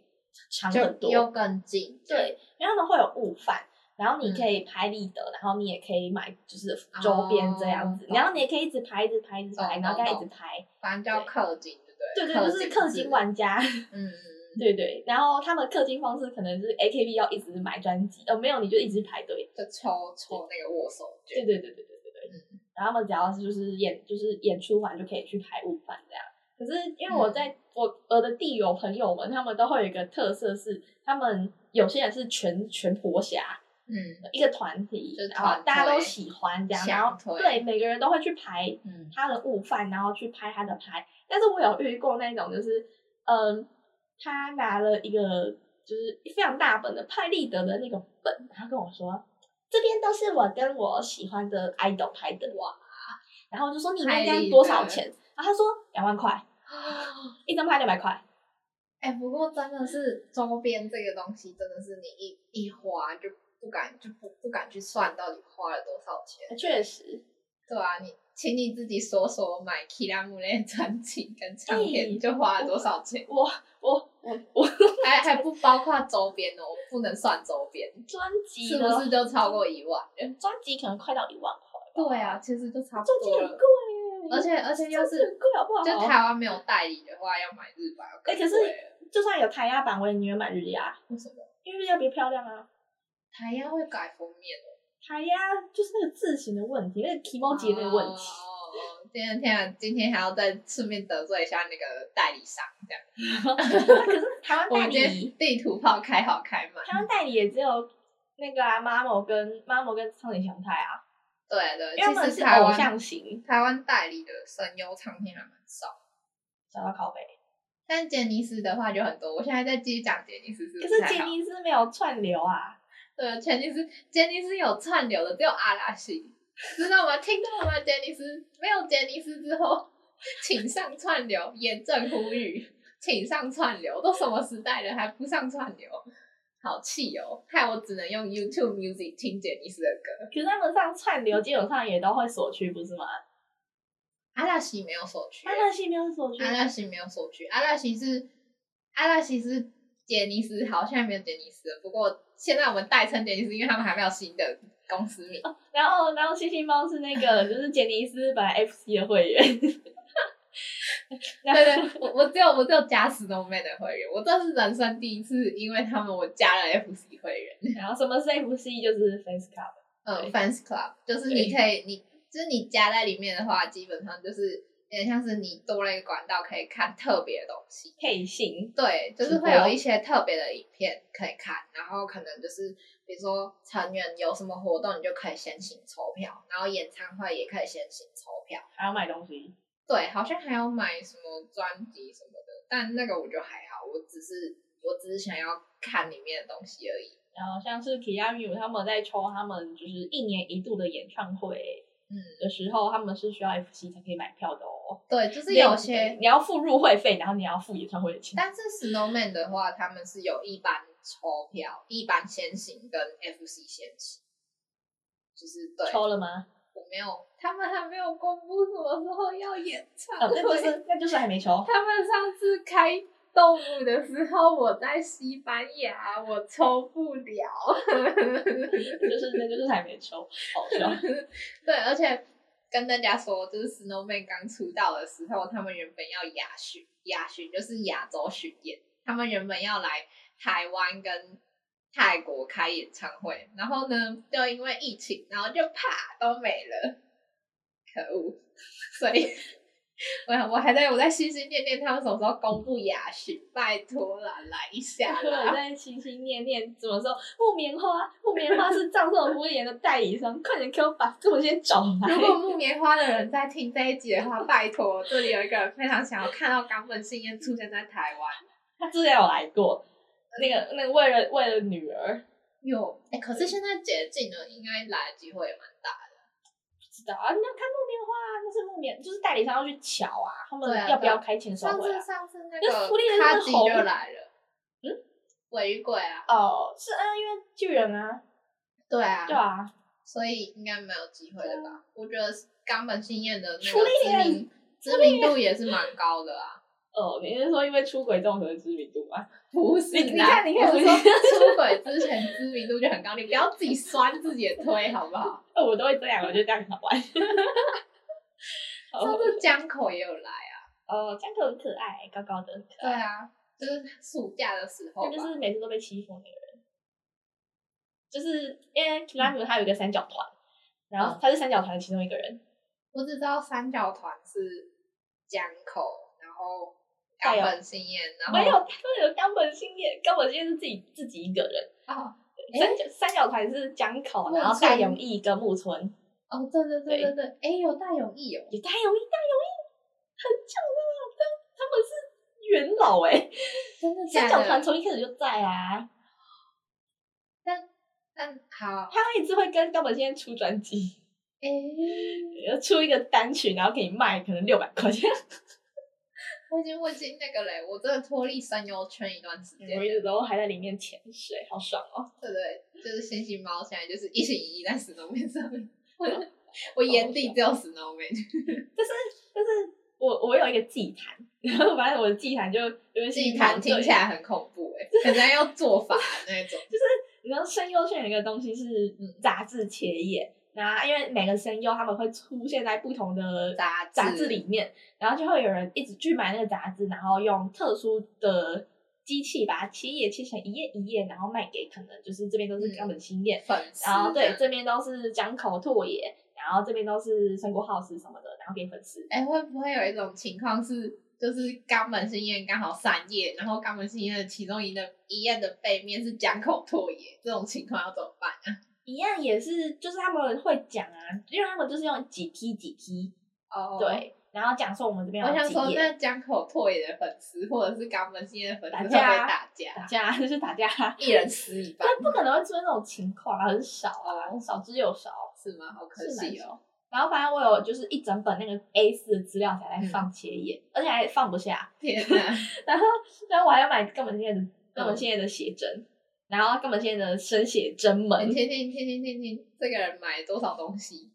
[SPEAKER 3] 长很
[SPEAKER 2] 就
[SPEAKER 3] 多，
[SPEAKER 2] 又更近。
[SPEAKER 3] 对，因为他们会有午饭，然后
[SPEAKER 2] 嗯
[SPEAKER 3] 你可以拍立得，然后你也可以买就是周边这样子，
[SPEAKER 2] 哦
[SPEAKER 3] 然后你也可以一直拍，一直拍，一直拍，
[SPEAKER 2] 懂
[SPEAKER 3] 然后再一
[SPEAKER 2] 懂
[SPEAKER 3] 直
[SPEAKER 2] 懂
[SPEAKER 3] 拍，
[SPEAKER 2] 反正叫氪金，对
[SPEAKER 3] 对
[SPEAKER 2] 不
[SPEAKER 3] 对，
[SPEAKER 2] 对？
[SPEAKER 3] 就是氪
[SPEAKER 2] 金
[SPEAKER 3] 金
[SPEAKER 2] 制
[SPEAKER 3] 玩家， <laughs>
[SPEAKER 2] 嗯，嗯嗯
[SPEAKER 3] 对对。然后他们氪金方式可能就是 AKB 要一直买专辑，呃，没有你就一直排队，
[SPEAKER 2] 就抽抽那个握手
[SPEAKER 3] 对
[SPEAKER 2] 券。
[SPEAKER 3] 对对对对对对。
[SPEAKER 2] 嗯
[SPEAKER 3] 然后他们只要是就是演就是演出完就可以去排午饭这样。可是因为
[SPEAKER 2] 嗯
[SPEAKER 3] 我在、我我的地友朋友们，他们都会有一个特色是，他们有些人是全全婆侠，
[SPEAKER 2] 嗯
[SPEAKER 3] 一个团体
[SPEAKER 2] 就是，
[SPEAKER 3] 然
[SPEAKER 2] 团
[SPEAKER 3] 后大家都
[SPEAKER 2] 推
[SPEAKER 3] 喜欢这样，
[SPEAKER 2] 想
[SPEAKER 3] 然后
[SPEAKER 2] 推
[SPEAKER 3] 对每个人都会去排
[SPEAKER 2] 嗯，
[SPEAKER 3] 他的午饭，然后去拍他的拍。但是我有遇过那种，就是嗯，他拿了一个就是非常大本的拍立得的那个本，然后跟我说，这边都是我跟我喜欢的 idol 拍的哇。然后我就说你们
[SPEAKER 2] 拍
[SPEAKER 3] 这样
[SPEAKER 2] 立
[SPEAKER 3] 多少
[SPEAKER 2] 得
[SPEAKER 3] 钱？然后他说两万块，
[SPEAKER 2] 啊
[SPEAKER 3] 一张拍两百块。
[SPEAKER 2] 哎、不过真的是周边这个东西，真的是你一一花就不敢就不不敢去算到底花了多少钱。
[SPEAKER 3] 确实，
[SPEAKER 2] 对啊，你请你自己说说买 Kira 木的专辑跟唱
[SPEAKER 3] 哎
[SPEAKER 2] 片就花了多少钱，
[SPEAKER 3] 我我我
[SPEAKER 2] 还还不包括周边哦，我不能算周边，
[SPEAKER 3] 专辑
[SPEAKER 2] 是不
[SPEAKER 3] 的
[SPEAKER 2] 是就超过一万？
[SPEAKER 3] 专辑可能快到一万块吧。
[SPEAKER 2] 对啊，其实就差不
[SPEAKER 3] 最近
[SPEAKER 2] 多
[SPEAKER 3] 很
[SPEAKER 2] 了
[SPEAKER 3] 贵。耶，
[SPEAKER 2] 而且而且又
[SPEAKER 3] 最近很
[SPEAKER 2] 是
[SPEAKER 3] 贵好不好？
[SPEAKER 2] 就台湾没有代理的话，要买日版要更
[SPEAKER 3] 哎可是
[SPEAKER 2] 贵了
[SPEAKER 3] 就算有台压版，我也宁愿买日压，
[SPEAKER 2] 为什么
[SPEAKER 3] 因为日压比较漂亮啊。
[SPEAKER 2] 台湾会改封面哦？
[SPEAKER 3] 台压就是那个字形的问题，那个 emoji 的那个问题。
[SPEAKER 2] 哦，今天天啊，今天还要再顺便得罪一下那个代理商，这样。
[SPEAKER 3] <laughs> 可是台湾
[SPEAKER 2] 哦我
[SPEAKER 3] 代
[SPEAKER 2] 们今天
[SPEAKER 3] 理，
[SPEAKER 2] 地图炮开好开满。
[SPEAKER 3] 台湾代理也只有那个啊，Mamo 跟 Mamo 跟苍井翔太啊，
[SPEAKER 2] 对
[SPEAKER 3] 因
[SPEAKER 2] 对，
[SPEAKER 3] 为他们
[SPEAKER 2] 其
[SPEAKER 3] 是
[SPEAKER 2] 实台
[SPEAKER 3] 偶
[SPEAKER 2] 湾
[SPEAKER 3] 像型，
[SPEAKER 2] 台湾代理的声优唱片还蛮少，
[SPEAKER 3] 找到靠背。
[SPEAKER 2] 但杰尼斯的话就很多。我现在在继续讲杰尼斯是不
[SPEAKER 3] 可是
[SPEAKER 2] 太
[SPEAKER 3] 杰
[SPEAKER 2] 好
[SPEAKER 3] 尼斯没有串流啊，
[SPEAKER 2] 对，杰尼斯杰尼斯有串流的，只有阿拉西，知道吗？听到吗？杰尼斯没有杰尼斯之后，请上串流，严正呼吁，请上串流。都什么时代了，还不上串流，好气哦！害我只能用 YouTube Music 听杰尼斯的歌。
[SPEAKER 3] 可是他们上串流基本上也都会锁区，不是吗？
[SPEAKER 2] 阿拉西没有锁区，
[SPEAKER 3] 阿乐系没有锁区，
[SPEAKER 2] 阿拉西没有锁区，阿拉西是阿拉西是杰尼斯，好，现在没有杰尼斯了，不过现在我们代称杰尼斯，因为他们还没有新的公司名。
[SPEAKER 3] 然后，然后星星猫是那个，就是杰尼斯本来 FC 的会员。 <laughs> 然后
[SPEAKER 2] 对对，我我只有我只有加 Snowman 的会员，我这是人生第一次，因为他们我加了 FC 会员，
[SPEAKER 3] 然后什么是 FC 就是 Face Club，对
[SPEAKER 2] 嗯，Fans Club，就是
[SPEAKER 3] 对
[SPEAKER 2] 你可以你就是你加在里面的话，基本上就是有点像是你多了一个管道可以看特别的东西，
[SPEAKER 3] 配信。
[SPEAKER 2] 对，就是
[SPEAKER 3] 直
[SPEAKER 2] 会有
[SPEAKER 3] 播
[SPEAKER 2] 一些特别的影片可以看，然后可能就是比如说成员有什么活动，你就可以先行抽票，然后演唱会也可以先行抽票，
[SPEAKER 3] 还要买东西。
[SPEAKER 2] 对，好像还有买什么专辑什么的，但那个我就还好，我只是我只是想要看里面的东西而已。
[SPEAKER 3] 然后像是 Kiyamu 他们在抽他们就是一年一度的演唱会
[SPEAKER 2] 嗯，
[SPEAKER 3] 的时候，他们是需要 FC 才可以买票的哦。
[SPEAKER 2] 对，就是有些，
[SPEAKER 3] 你要付入会费，然后你要付演唱会的钱。
[SPEAKER 2] 但是 Snowman 的话，他们是有一般抽票、一般先行跟 FC 先行，就是对，
[SPEAKER 3] <laughs> 抽了吗？
[SPEAKER 2] 我没有，他们还没有公布什么时候要演唱
[SPEAKER 3] 呃，那不
[SPEAKER 2] 会。
[SPEAKER 3] 是，那就是还没抽。 <laughs>
[SPEAKER 2] 他们上次开动物的时候，我在西班牙，我抽不了。
[SPEAKER 3] 就
[SPEAKER 2] <laughs>
[SPEAKER 3] 是那就是还没抽，好
[SPEAKER 2] <laughs>
[SPEAKER 3] 笑。
[SPEAKER 2] 对，而且跟大家说，就是 Snowman 刚出道的时候，他们原本要亚巡，亚巡就是亚洲巡演，他们原本要来台湾跟泰国开演唱会，然后呢，就因为疫情，然后就啪都没了，可恶！所以我我还在我在心心念念他们什么时候公布亚巡，拜托啦，来一下
[SPEAKER 3] 我
[SPEAKER 2] 啦！
[SPEAKER 3] 在心心念念怎么说？木棉花，木棉花是藏寿敷衍的代理商，快点给我把这我先找来
[SPEAKER 2] <laughs> 如。果木棉花的人在听这一集的 <laughs> 话，拜托，这里有一个人非常想要看到冈本信彦出现在台湾。
[SPEAKER 3] 他之前有来过，那个那个为了为了女儿，不
[SPEAKER 2] 有，哎、可是现在解禁了，应该来的机会也蛮大的。
[SPEAKER 3] 知道啊？那看木棉花啊，那是木棉，就是代理商要去瞧啊，他
[SPEAKER 2] 对啊
[SPEAKER 3] 们要不要开签售
[SPEAKER 2] 上
[SPEAKER 3] 会
[SPEAKER 2] 次
[SPEAKER 3] 啊？
[SPEAKER 2] 上次那
[SPEAKER 3] 那福利人
[SPEAKER 2] 个
[SPEAKER 3] 真的
[SPEAKER 2] 卡吉
[SPEAKER 3] 好
[SPEAKER 2] 就来了，嗯，尾鱼鬼啊，
[SPEAKER 3] 哦，是啊，因为巨人啊，
[SPEAKER 2] 对啊，
[SPEAKER 3] 对啊，
[SPEAKER 2] 所以应该没有机会了吧？我觉得冈本信彦的那
[SPEAKER 3] 福
[SPEAKER 2] 个
[SPEAKER 3] 利
[SPEAKER 2] 知
[SPEAKER 3] 人
[SPEAKER 2] 名知名度也是蛮高的啊。
[SPEAKER 3] 哦，你是说因为出轨综合知名度吗？
[SPEAKER 2] <laughs> 不是
[SPEAKER 3] 你
[SPEAKER 2] 啦，
[SPEAKER 3] 看你看
[SPEAKER 2] 我
[SPEAKER 3] 你
[SPEAKER 2] 是说出轨之前知名度就很高，你不要自己酸自己的推好不 <laughs> 好？
[SPEAKER 3] 哦，我都会这样，我就这样好玩。 <laughs>
[SPEAKER 2] 上
[SPEAKER 3] 哦
[SPEAKER 2] 次江口也有来啊，
[SPEAKER 3] 哦，江口很可爱，高高的，很可
[SPEAKER 2] 对
[SPEAKER 3] 爱。
[SPEAKER 2] 啊，就是暑假的时候
[SPEAKER 3] 他
[SPEAKER 2] 吧，
[SPEAKER 3] 就是每次都被欺负那个人，就是因 <laughs> 为 Kilamu 他有一个三角团，然后他是三角团的其中一个人，
[SPEAKER 2] 我只知道三角团是江口，然后
[SPEAKER 3] 还
[SPEAKER 2] 冈
[SPEAKER 3] 有
[SPEAKER 2] 本信彦，然后
[SPEAKER 3] 没有，他们有冈本信也，冈本信也是自己自己一个人。
[SPEAKER 2] 哦
[SPEAKER 3] 对三角三角团是江口，
[SPEAKER 2] 木
[SPEAKER 3] 然后戴
[SPEAKER 2] 村
[SPEAKER 3] 永义跟木村，
[SPEAKER 2] 哦，对对对对对，哎，有大永义哦，
[SPEAKER 3] 有戴永义，戴永义很久了，他他们是元老哎、
[SPEAKER 2] 真的
[SPEAKER 3] 三
[SPEAKER 2] 假
[SPEAKER 3] 角团
[SPEAKER 2] 的？
[SPEAKER 3] 从一开始就在啊，
[SPEAKER 2] 但但好，
[SPEAKER 3] 他们一直会跟冈本信彦出专辑，
[SPEAKER 2] 哎，
[SPEAKER 3] 出一个单曲，然后给你卖可能六百块
[SPEAKER 2] <laughs>
[SPEAKER 3] 钱。
[SPEAKER 2] 我已经我已经那个嘞，我真的脱离山游圈一段时间
[SPEAKER 3] 嗯我一
[SPEAKER 2] 了，
[SPEAKER 3] 直都还在里面潜水，好爽哦！
[SPEAKER 2] 对对，就是星星猫现在就是一心一意在 Snowman
[SPEAKER 3] <laughs>
[SPEAKER 2] 上面，我眼底只有 Snowman，
[SPEAKER 3] 但是我我有一个祭坛，然后反正我的祭坛就因为
[SPEAKER 2] 祭坛听起，来很恐怖
[SPEAKER 3] <laughs>
[SPEAKER 2] 哎，很像要做法的那种，
[SPEAKER 3] 你知道声优圈有一个东西是
[SPEAKER 2] 嗯
[SPEAKER 3] 杂志切页，那因为每个声优他们会出现在不同的
[SPEAKER 2] 杂志
[SPEAKER 3] 杂志里面，然后就会有人一直去买那个杂志，然后用特殊的。机器把它切页切成一页一页，然后卖给可能就是这边都是
[SPEAKER 2] 嗯
[SPEAKER 3] 冈本新叶，
[SPEAKER 2] 粉丝这
[SPEAKER 3] 然后
[SPEAKER 2] 样，
[SPEAKER 3] 对这边都是江口拓也，然后这边都是神国浩司什么的，然后给粉丝。
[SPEAKER 2] 哎、会不会有一种情况是，就是冈本信彦刚好散叶，然后冈本信彦的其中一的一页的背面是江口拓也，这种情况要怎么办啊？
[SPEAKER 3] 一样也是，就是他们会讲啊，因为他们就是用几批几批，
[SPEAKER 2] 哦，
[SPEAKER 3] 对，然后讲说我们这边
[SPEAKER 2] 我
[SPEAKER 3] 有
[SPEAKER 2] 想
[SPEAKER 3] 几
[SPEAKER 2] 说，
[SPEAKER 3] 页，
[SPEAKER 2] 那江口拓也的粉丝或者是冈本信彦的粉丝
[SPEAKER 3] 打
[SPEAKER 2] 会不
[SPEAKER 3] 架
[SPEAKER 2] 会
[SPEAKER 3] 啊
[SPEAKER 2] 打架？
[SPEAKER 3] 打
[SPEAKER 2] <laughs>
[SPEAKER 3] 架就是打架，
[SPEAKER 2] 一人撕一半
[SPEAKER 3] <laughs> 但不可能会出现这种情况啊，很少啊，少之又少，
[SPEAKER 2] 是吗？好可
[SPEAKER 3] 是蛮
[SPEAKER 2] 惜哦。
[SPEAKER 3] 少。然后反正我有就是一整本那个 A 四的资料夹在放切页，而且还放不下。
[SPEAKER 2] 天哪！
[SPEAKER 3] 然后，然后我还要买根本现在的根本现在的写真，然后根本现在的生写真门
[SPEAKER 2] 你，听听听听听听，这个人买了多少东西？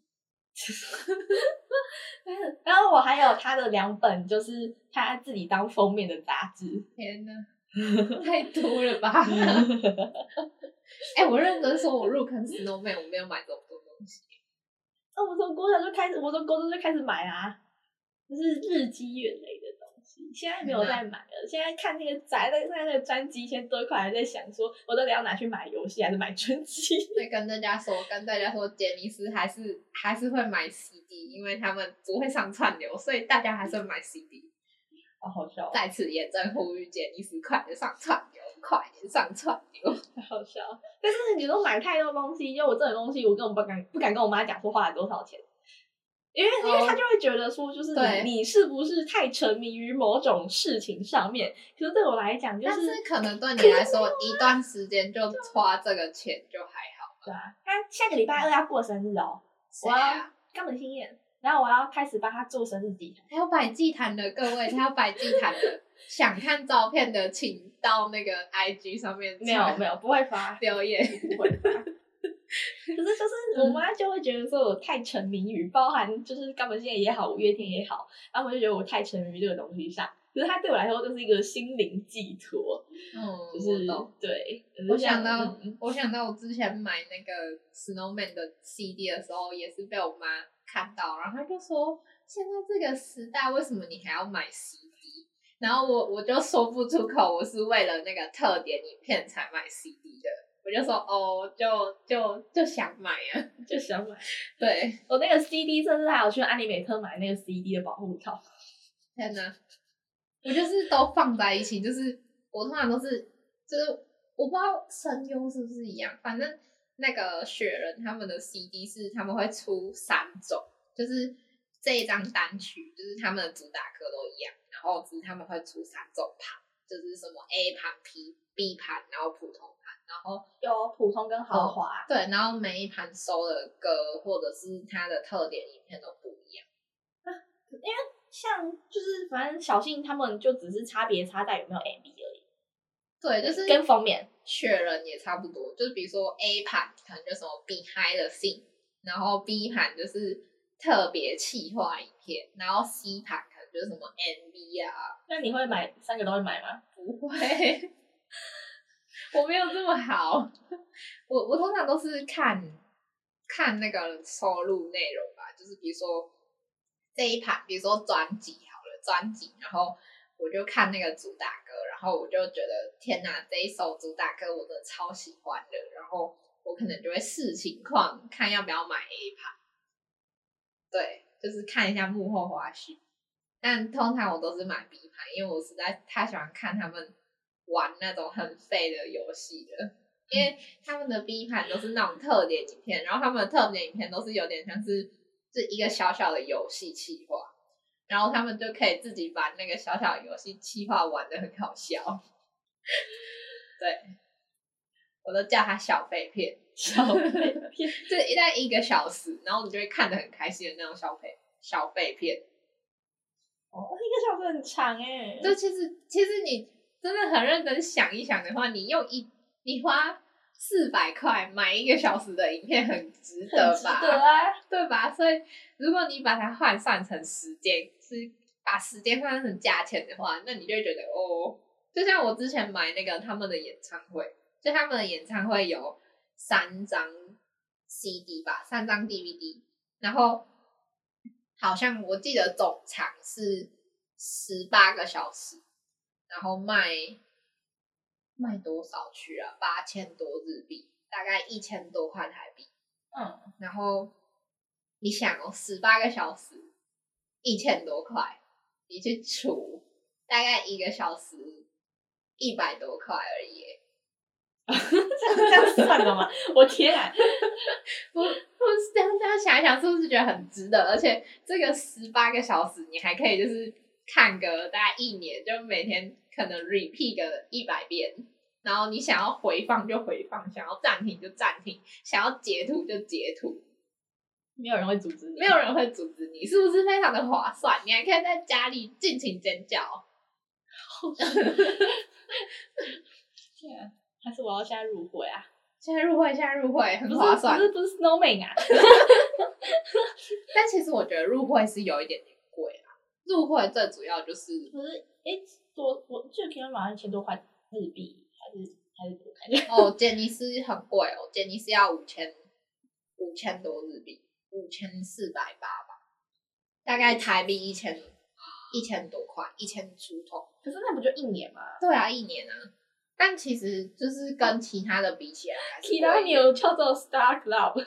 [SPEAKER 3] 然后我还有他的两本，就是他自己当封面的杂 <laughs> 志。
[SPEAKER 2] 天哪！太多了吧！哎、我认真说，我入坑 Snowman，我没有买这么多东西。
[SPEAKER 3] 那哦我从国小就开始，我从高中就开始买啊，就是日积月累的东西。现在没有再买了，现在看那个宅在在那个专辑一千多块，还在想说我到底要拿去买游戏还是买专辑？ <laughs>
[SPEAKER 2] 会跟大家说，跟大家说，杰尼斯还是还是会买 CD，因为他们不会上串流，所以大家还是会买 CD。
[SPEAKER 3] 好好笑，哦
[SPEAKER 2] 在此严正呼吁杰尼斯快点上串流，快点上串流。
[SPEAKER 3] 太好笑。但是你都买太多东西，因为我这种东西，我根本不敢不敢跟我妈讲说花了多少钱。因为，因为她就会觉得说，就是
[SPEAKER 2] 对
[SPEAKER 3] 你你是不是太沉迷于某种事情上面？可是对我来讲，就
[SPEAKER 2] 但
[SPEAKER 3] 是
[SPEAKER 2] 是可能对你来说，一段时间就花这个钱就还好。
[SPEAKER 3] 对啊，她下个礼拜二要过生日哦，
[SPEAKER 2] 谁啊？
[SPEAKER 3] 冈本新彦，然后我要开始帮他做生日祭坛。
[SPEAKER 2] 还要摆祭坛的各位，他要摆祭坛的，想看照片的，请到那个 IG 上面
[SPEAKER 3] 没有没有，不会发，
[SPEAKER 2] 留
[SPEAKER 3] <laughs>
[SPEAKER 2] 言。
[SPEAKER 4] <laughs>
[SPEAKER 3] 不会发。可是就
[SPEAKER 2] 嗯
[SPEAKER 3] 是我妈就会觉得说我太沉迷于，包含就是冈本信彦也好，五月天也好，然后我就觉得我太沉迷于这个东西上。可
[SPEAKER 4] 可是它对我来说就是一个心灵寄托，
[SPEAKER 2] 嗯，
[SPEAKER 4] 就是
[SPEAKER 2] 我懂。
[SPEAKER 4] 对。
[SPEAKER 2] 我想到
[SPEAKER 4] 嗯，
[SPEAKER 2] 我想到我之前买那个 Snowman 的 CD 的时候，也是被我妈看到，然后她就说：“现在这个时代，为什么你还要买 CD？” 然后我我就说不出口，我是为了那个特点影片才买 CD 的。我就说：“哦，就就就想买啊。
[SPEAKER 4] <laughs> 就想买。”
[SPEAKER 2] 对，
[SPEAKER 4] 我那个 CD 甚至还有去安利美特买那个 CD 的保护套，
[SPEAKER 2] 天哪！我就是都放在一起，就是我通常都是，就是我不知道声优是不是一样，反正那个雪人他们的 CD 是他们会出三种，就是这一张单曲，就是他们的主打歌都一样，然后只是他们会出三种盘，就是什么 A 盘、P、B 盘，然后普通盘，然后
[SPEAKER 4] 有普通跟豪华。
[SPEAKER 2] 对，然后每一盘收的歌或者是它的特点影片都不一样。
[SPEAKER 4] 像就是反正小信他们就只是差别差在有没有 MV 而已，
[SPEAKER 2] 对，就是
[SPEAKER 4] 跟封面
[SPEAKER 2] 确认也差不多，就是比如说 A 盘可能就什么 behind the scene，然后 B 盘就是特别企划影片，然后 C 盘可能就是什么 MV 啊，
[SPEAKER 4] 那你会买三个都会买吗？
[SPEAKER 2] 不会，我没有这么好，我我通常都是看看那个收入内容吧，就是比如说这一盘，比如说专辑好了，专辑，然后我就看那个主打歌，然后我就觉得天哪，这一首主打歌我真的超喜欢的，然后我可能就会视情况看要不要买 A 盘，对，就是看一下幕后花絮。但通常我都是买 B 盘，因为我实在太喜欢看他们玩那种很废的游戏了。因为他们的 B 盘都是那种特点影片，然后他们的特点影片都是有点像是是一个小小的游戏企划，然后他们就可以自己把那个小小的游戏企划玩的很好笑。 <laughs> 对，我都叫它小废片， <laughs>
[SPEAKER 4] 小废片，
[SPEAKER 2] 就一在一个小时，然后你就会看得很开心的那种小废小废片。
[SPEAKER 4] 哦，一个小时很长哎、
[SPEAKER 2] 就其实其实你真的很认真想一想的话，你用一你花四百块买一个小时的影片，很值
[SPEAKER 4] 很
[SPEAKER 2] 得
[SPEAKER 4] 值
[SPEAKER 2] 吧？
[SPEAKER 4] 得啊！
[SPEAKER 2] 对吧？所以如果你把它换算成时间，是把时间换算成价钱的话，那你就会觉得哦，就像我之前买那个他们的演唱会，就他们的演唱会有三张 CD 吧，三张 DVD，然后好像我记得总长是十八个小时，然后卖卖多少去啊？八千多日币，大概一千多块台币。
[SPEAKER 4] 嗯，
[SPEAKER 2] 然后你想哦，十八个小时，一千多块，你去除，大概一个小时一百多块而已耶。
[SPEAKER 4] 这样这样算了吗？我天啊！
[SPEAKER 2] 不，不是这样，这样想一想，是不是觉得很值得？而且这个十八个小时，你还可以就是看个大概一年，就每天可能 repeat 个一百遍，然后你想要回放就回放，想要暂停就暂停，想要截图就截图，
[SPEAKER 4] 没有人会阻止你，
[SPEAKER 2] 没有人会阻止你，是不是非常的划算？你还可以在家里尽情尖叫。
[SPEAKER 4] 天啊！还是我要现在入会啊？
[SPEAKER 2] 现在入会，现在入会
[SPEAKER 4] 不
[SPEAKER 2] 很
[SPEAKER 4] 是
[SPEAKER 2] 划算
[SPEAKER 4] 不，是不是 Snowman 啊？
[SPEAKER 2] 但其实我觉得入会是有一点点贵啊。入会最主要就是
[SPEAKER 4] 不是，哎、多我这天晚上一千多块日币，还是还是多看一下。
[SPEAKER 2] 哦，剪尼斯很贵哦，剪尼斯要五千五千多日币，五千四百八吧，大概台币一千一千多块，一千出头。
[SPEAKER 4] <laughs> 可是那不就一年吗？
[SPEAKER 2] 对啊，一年啊。但其实就是跟其他的比起来还是贵，
[SPEAKER 4] 其他牛叫做 Star Club，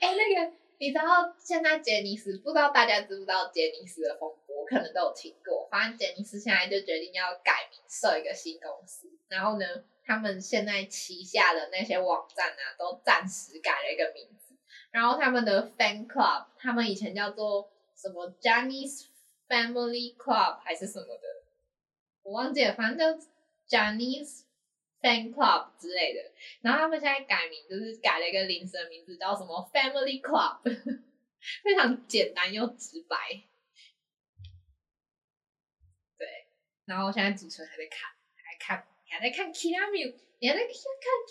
[SPEAKER 2] 哎、那个你知道现在杰尼斯，不知道大家知不知道杰尼斯的风波，可能都有听过。反正杰尼斯现在就决定要改名设一个新公司，然后呢，他们现在旗下的那些网站啊，都暂时改了一个名字。然后他们的 fan club，他们以前叫做什么 j a n i c e Family Club 还是什么的，我忘记了，反正就 j a n i c e Fan Club 之类的。然后他们现在改名，就是改了一个临时的名字，叫什么 Family Club，非 <laughs> 常简单又直白。对，然后现在主持人还在看，还看，你还在看 Kirami，你还在看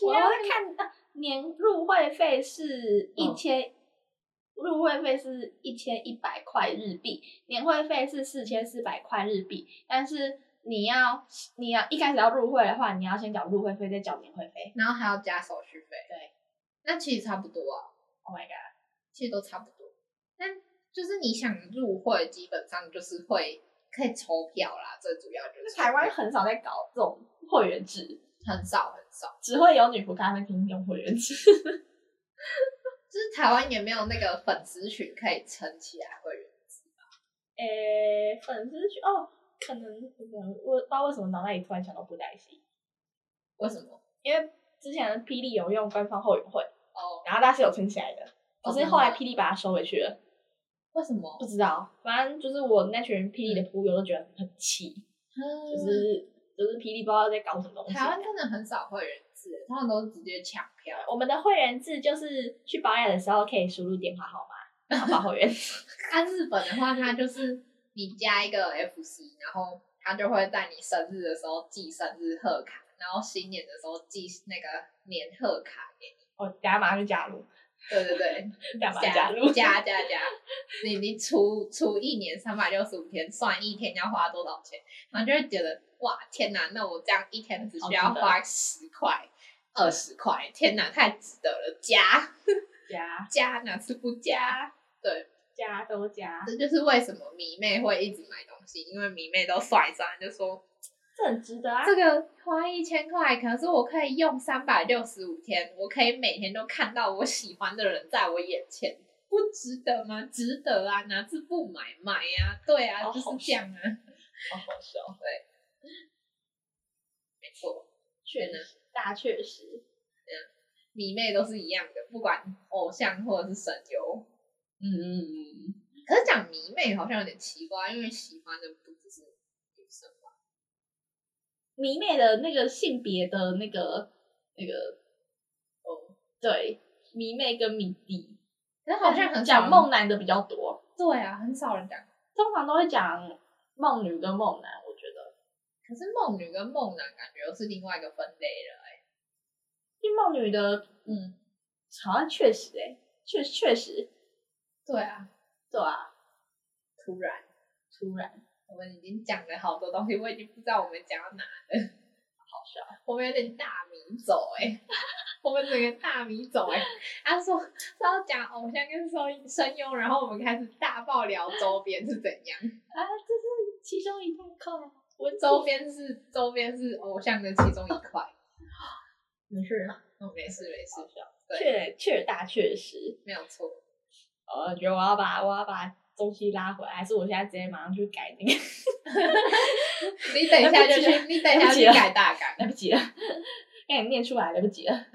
[SPEAKER 4] 我要
[SPEAKER 2] 啊
[SPEAKER 3] 呃
[SPEAKER 2] Kirami，
[SPEAKER 4] 看啊年入会费是一千
[SPEAKER 3] 入会费是一千一百块日币，年会费是四千四百块日币，但是你要你要一开始要入会的话，你要先缴入会费，再缴年会费。
[SPEAKER 2] 然后还要加手续费。
[SPEAKER 3] 对，
[SPEAKER 2] 那其实差不多啊，
[SPEAKER 3] Oh my god！
[SPEAKER 2] 其实都差不多。但就是你想入会，基本上就是会可以抽票啦，最主要就是
[SPEAKER 3] 就台湾
[SPEAKER 2] 抽票
[SPEAKER 3] 很少在搞这种会员制，
[SPEAKER 2] 很少很少，
[SPEAKER 3] 只会有女仆咖啡厅用会员制。 <laughs>
[SPEAKER 2] 就是台湾也没有那个粉丝群可以撑起来会员。
[SPEAKER 3] 诶、粉丝群哦，可能可能我不知道为什么脑袋里突然想到布袋戏，
[SPEAKER 2] 为什么？
[SPEAKER 3] 因为之前的霹雳有用官方后援会，
[SPEAKER 2] 哦，
[SPEAKER 3] 然后大家是有撑起来的，可是后来霹雳把它收回去了，
[SPEAKER 2] 为什么
[SPEAKER 3] 哦不？知道，嗯反正就是我那群霹雳的仆友都觉得很气，就
[SPEAKER 2] 嗯，
[SPEAKER 3] 是就是霹雳不知道在搞什么东西。
[SPEAKER 2] 台湾真的很少会员制，他们都是直接抢票。
[SPEAKER 3] 我们的会员制就是去保养的时候可以输入电话号码，然后报会员。 <laughs>
[SPEAKER 2] 按、日本的话，它就是你加一个 FC，然后它就会在你生日的时候寄生日贺卡，然后新年的时候寄那个年贺卡给你。
[SPEAKER 3] 我等下马上就加入，
[SPEAKER 2] 对对对，
[SPEAKER 3] 等下马上
[SPEAKER 2] 加
[SPEAKER 3] 入。
[SPEAKER 2] 加加加，你你除除一年三百六十五天，算一天要花多少钱，然后就会觉得哇天哪，那我这样一天只需要
[SPEAKER 3] 好值得
[SPEAKER 2] 花十块、二十块，天哪，太值得了！加
[SPEAKER 3] 加
[SPEAKER 2] 加哪次不加？
[SPEAKER 3] 加都加，
[SPEAKER 2] 这就是为什么迷妹会一直买东西，因为迷妹都算一算就说
[SPEAKER 3] 这很值得啊！
[SPEAKER 2] 这个花一千块，可是我可以用三百六十五天，我可以每天都看到我喜欢的人在我眼前，不值得吗？值得啊，哪次不买买呀、对啊，
[SPEAKER 3] 哦
[SPEAKER 2] 就是这样啊，
[SPEAKER 3] 好好笑。
[SPEAKER 2] 没错，
[SPEAKER 3] 确实，大确实。
[SPEAKER 2] 迷妹都是一样的，不管偶像或者是神游。
[SPEAKER 3] 嗯嗯嗯，
[SPEAKER 2] 可是讲迷妹好像有点奇怪，因为喜欢的不只是女生吧？
[SPEAKER 3] 迷妹的那个性别的那个那个，哦，对，迷妹跟迷弟，
[SPEAKER 2] 可是好像很少
[SPEAKER 3] 讲梦男的比较多，
[SPEAKER 2] 对啊，很少人讲。
[SPEAKER 3] 通常都会讲梦女跟梦男，我觉得。
[SPEAKER 2] 可是梦女跟梦男感觉又是另外一个分类了、欸。
[SPEAKER 3] 因为梦女的
[SPEAKER 2] 嗯，
[SPEAKER 3] 好像确实哎、欸，确确实
[SPEAKER 2] 对啊，
[SPEAKER 3] 对啊，
[SPEAKER 2] 突然
[SPEAKER 3] 突然
[SPEAKER 2] 我们已经讲了好多东西，我已经不知道我们讲到哪了， <laughs> 好
[SPEAKER 3] 笑。
[SPEAKER 2] 我们有点大迷走哎、我们整个大迷走哎、他说说要讲偶像跟声声优，然后我们开始大爆聊周边是怎样，
[SPEAKER 3] 啊，这是其中一大块。
[SPEAKER 2] 我周边是周边是偶像的其中一块。
[SPEAKER 3] 没事，
[SPEAKER 2] 哦，没事没事，
[SPEAKER 3] 确确大确实。
[SPEAKER 2] 没有错。
[SPEAKER 3] 呃，觉得我要把我要把东西拉回来，还是我现在直接马上去改那个？ <laughs>
[SPEAKER 2] 你等一下就
[SPEAKER 3] 对不
[SPEAKER 2] 去，
[SPEAKER 3] 起
[SPEAKER 2] 你等一
[SPEAKER 3] 对不
[SPEAKER 2] 下去
[SPEAKER 3] 起啊
[SPEAKER 2] 改大纲。
[SPEAKER 3] 来不及了， <laughs> 让你念出来来不及了。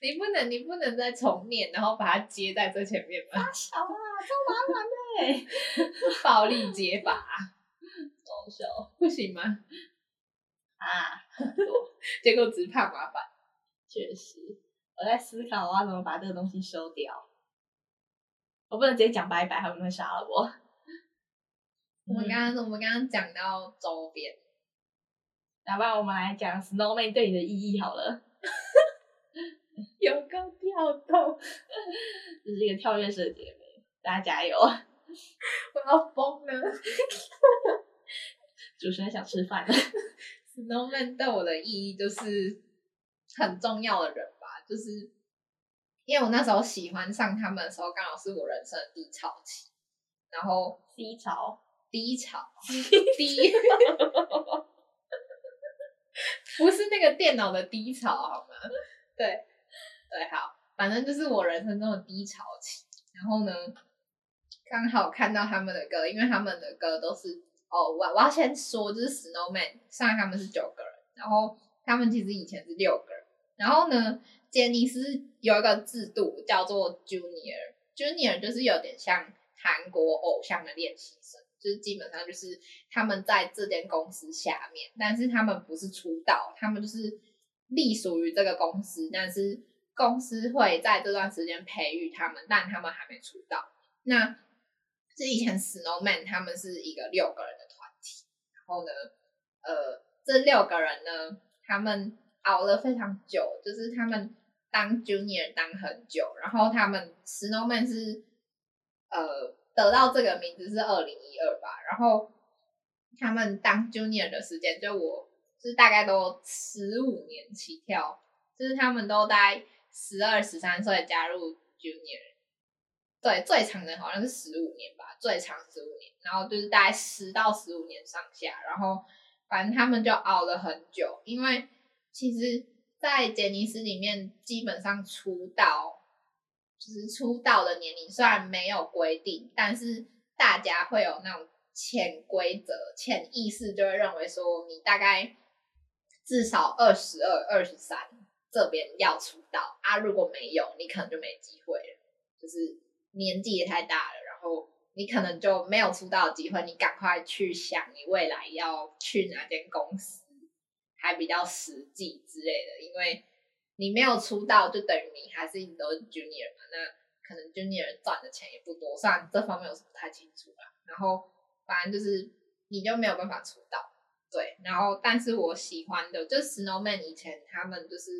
[SPEAKER 2] 你不能，你不能再重念，然后把它接在最前面吧？
[SPEAKER 3] 小啊，超麻烦的欸，
[SPEAKER 2] <laughs> 暴力接法
[SPEAKER 3] <laughs> 搞笑
[SPEAKER 2] 不行吗？
[SPEAKER 3] 啊，
[SPEAKER 2] 结果只怕麻烦。
[SPEAKER 3] 确实，我在思考我要怎么把这个东西收掉。我不能直接讲拜拜，他们会杀了我。嗯
[SPEAKER 2] 我们刚刚我们刚刚讲到周边，
[SPEAKER 3] 要不然我们来讲 Snowman 对你的意义好了，
[SPEAKER 2] 有够跳动，
[SPEAKER 3] <laughs> 这是一个跳跃式的姐妹，大家加油！
[SPEAKER 2] 我要疯了。
[SPEAKER 3] 主持人想吃 <laughs> 饭，
[SPEAKER 2] Snowman 对我的意义就是很重要的人吧，就是因为我那时候喜欢上他们的时候，刚好是我人生的低潮期，然后
[SPEAKER 3] 低潮，
[SPEAKER 2] 低潮低， <laughs> 不是那个电脑的低潮好吗？对对，好，反正就是我人生中的低潮期。然后呢，刚好看到他们的歌，因为他们的歌都是哦，我我要先说，就是 Snowman，上海他们是九个人，然后他们其实以前是六个人。然后呢，杰尼斯有一个制度叫做 Junior。Junior 就是有点像韩国偶像的练习生，就是基本上就是他们在这间公司下面，但是他们不是出道，他们就是隶属于这个公司，但是公司会在这段时间培育他们，但他们还没出道。那是以前 Snowman 他们是一个六个人的团体，然后呢，呃，这六个人呢，他们熬了非常久，就是他们当 junior 当很久，然后他们 Snowman 是呃得到这个名字是二零一二吧，然后他们当 junior 的时间就我就是大概都十五年起跳，就是他们都在十二十三岁加入 junior，对，最长的好像是十五年吧，最长十五年，然后就是大概十到十五年上下，然后反正他们就熬了很久，因为其实，在杰尼斯里面，基本上出道就是出道的年龄虽然没有规定，但是大家会有那种潜规则、潜意识就会认为说，你大概至少二十二、二十三这边要出道啊，如果没有，你可能就没机会了，就是年纪也太大了，然后你可能就没有出道的机会，你赶快去想你未来要去哪间公司，还比较实际之类的，因为你没有出道，就等于你还是一直都是 junior 嘛，那可能 junior 赚的钱也不多，虽然这方面我是不太清楚啦，然后反正就是你就没有办法出道。对，然后但是我喜欢的就是 Snowman 以前他们就是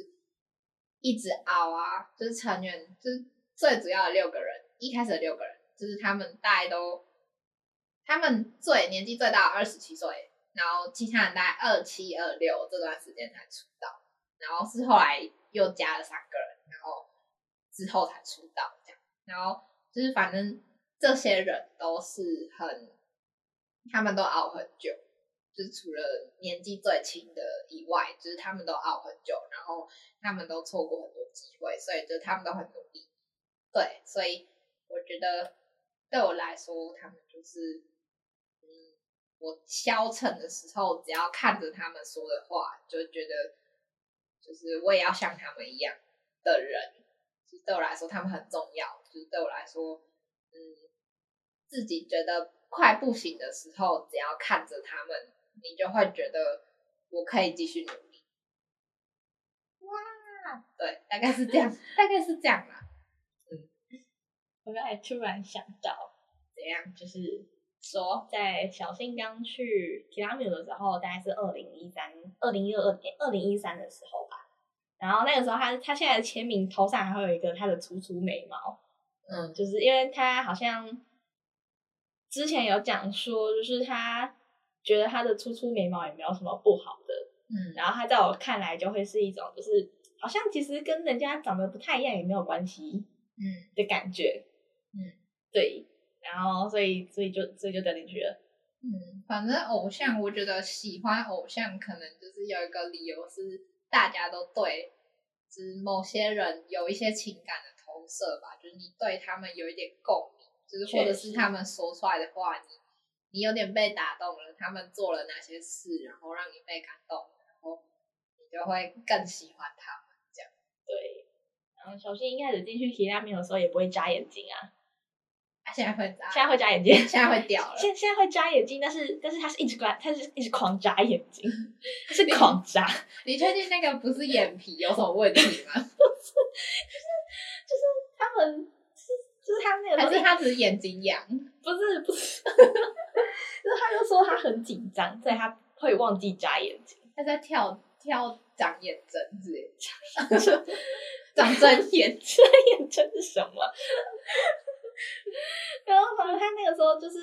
[SPEAKER 2] 一直熬啊，就是成员就是最主要的六个人，一开始的六个人就是他们大概都，他们最年纪最大二十七岁，然后其他人大概二七二六这段时间才出道，然后是后来又加了三个人，然后之后才出道这样，然后就是反正这些人都是很，他们都熬很久。就是除了年纪最轻的以外，就是他们都熬很久，然后他们都错过很多机会，所以就是他们都很努力。对，所以我觉得对我来说，他们就是，嗯，我消沉的时候，只要看着他们说的话，就觉得就是我也要像他们一样的人。就是对我来说，他们很重要。就是对我来说，嗯，自己觉得快不行的时候，只要看着他们，你就会觉得我可以继续努力。哇，对，大概是这样，大概是这样啦。
[SPEAKER 3] 我刚才突然想到，
[SPEAKER 2] 怎样？
[SPEAKER 3] 就是说，在小信刚去提拉米的时候，大概是二零一三、二零一二、二零一三的时候吧。然后那个时候他，他现在的签名头上还会有一个他的粗粗眉毛，
[SPEAKER 2] 嗯，
[SPEAKER 3] 就是因为他好像之前有讲说，就是他觉得他的粗粗眉毛也没有什么不好的，
[SPEAKER 2] 嗯，
[SPEAKER 3] 然后他在我看来就会是一种，就是好像其实跟人家长得不太一样也没有关系，
[SPEAKER 2] 嗯
[SPEAKER 3] 的感觉，
[SPEAKER 2] 嗯，
[SPEAKER 3] 对，然后所以所以就所以就掉进去了，
[SPEAKER 2] 嗯，反正偶像，我觉得喜欢偶像可能就是有一个理由是大家都对，就是某些人有一些情感的投射吧，就是你对他们有一点共鸣，就是或者
[SPEAKER 3] 确
[SPEAKER 2] 是
[SPEAKER 3] 实
[SPEAKER 2] 他们说出来的话，你你有点被打动了，他们做了哪些事，然后让你被感动，然后你就会更喜欢他们。
[SPEAKER 3] 对。然后小新一开始进去提拉米的时候也不会眨眼睛啊，
[SPEAKER 2] 啊，现在会渣，
[SPEAKER 3] 现在会眨眼睛，
[SPEAKER 2] 现在会掉了
[SPEAKER 3] 现现在会眨眼睛，但是但是他是一直关，他是一直狂眨眼睛，是
[SPEAKER 2] <laughs>
[SPEAKER 3] 狂眨，
[SPEAKER 2] 你确定那个不是眼皮有什么问题
[SPEAKER 3] <laughs>
[SPEAKER 2] 吗？
[SPEAKER 3] 就是他们就是就是他那个时
[SPEAKER 2] 还
[SPEAKER 3] 候
[SPEAKER 2] 是他只是眼睛痒？
[SPEAKER 3] 不是不是， <laughs> 就是他就说他很紧张，所以他会忘记眨眼睛。
[SPEAKER 2] 他在跳跳长眼针之类的， <laughs> 长针眼，
[SPEAKER 3] 这眼真是什么？ <laughs> 然后反正他那个时候就是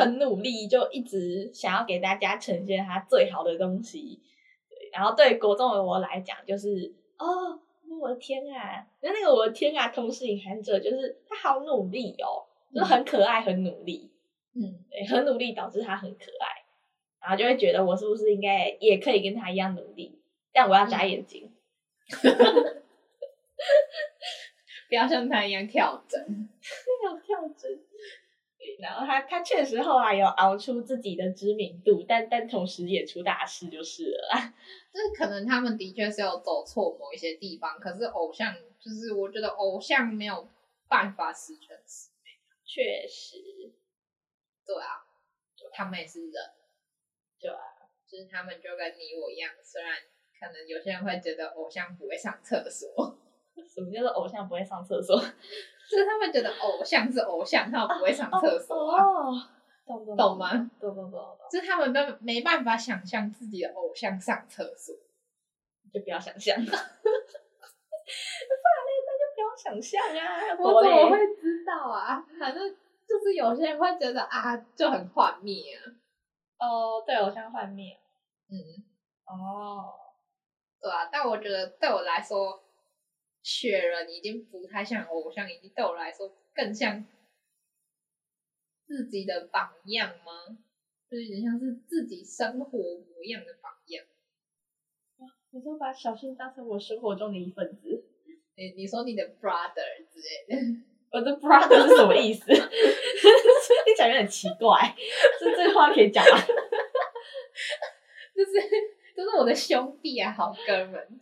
[SPEAKER 3] 很努力，就一直想要给大家呈现他最好的东西。对，然后对国中的我来讲，就是哦，我的天啊！那那个我的天啊，同时隐含着就是他好努力哦，就是很可爱，很努力，
[SPEAKER 2] 嗯，
[SPEAKER 3] 对，很努力导致他很可爱，然后就会觉得我是不是应该也可以跟他一样努力？但我要眨眼睛。
[SPEAKER 2] 不要像他一样跳针。
[SPEAKER 3] 有跳针。对然后他他确实后来有熬出自己的知名度，但但同时也出大事就是了啊啦。 <laughs>
[SPEAKER 2] 就是可能他们的确是有走错某一些地方，可是偶像就是我觉得偶像没有办法十全十美，
[SPEAKER 3] 确实，
[SPEAKER 2] 对啊，就他们也是人，
[SPEAKER 3] 对
[SPEAKER 2] 啊，就是他们就跟你我一样，虽然可能有些人会觉得偶像不会上厕所， <laughs>
[SPEAKER 3] 什么叫做偶像不会上厕所？
[SPEAKER 2] 就是他们觉得偶像是偶像，他们不会上 <laughs> 厕所啊，
[SPEAKER 3] 哦，懂懂
[SPEAKER 2] 懂吗？
[SPEAKER 3] 懂懂懂懂，
[SPEAKER 2] 就是他们没没办法想象自己的偶像上厕所。
[SPEAKER 3] <laughs> 就不要想象。不然想象啊，
[SPEAKER 2] 我怎么
[SPEAKER 3] 嘞
[SPEAKER 2] 会知道啊？反正就是有些人会觉得啊，就很幻灭啊。
[SPEAKER 3] 哦，对，偶像幻灭。
[SPEAKER 2] 嗯，
[SPEAKER 3] 哦，
[SPEAKER 2] 对啊。但我觉得对我来说，雪人已经不太像偶像，已经对我来说更像自己的榜样吗？就是有点像是自己生活模样的榜样。
[SPEAKER 3] 你就把小新当成我生活中的一份子。
[SPEAKER 2] 你你说你的 brother 之类的， <laughs>
[SPEAKER 3] 我的 brother 是什么意思？ <laughs> 你讲有点奇怪，这这话可以讲吗？
[SPEAKER 2] 就是就是我的兄弟啊，好哥们。
[SPEAKER 3] <laughs>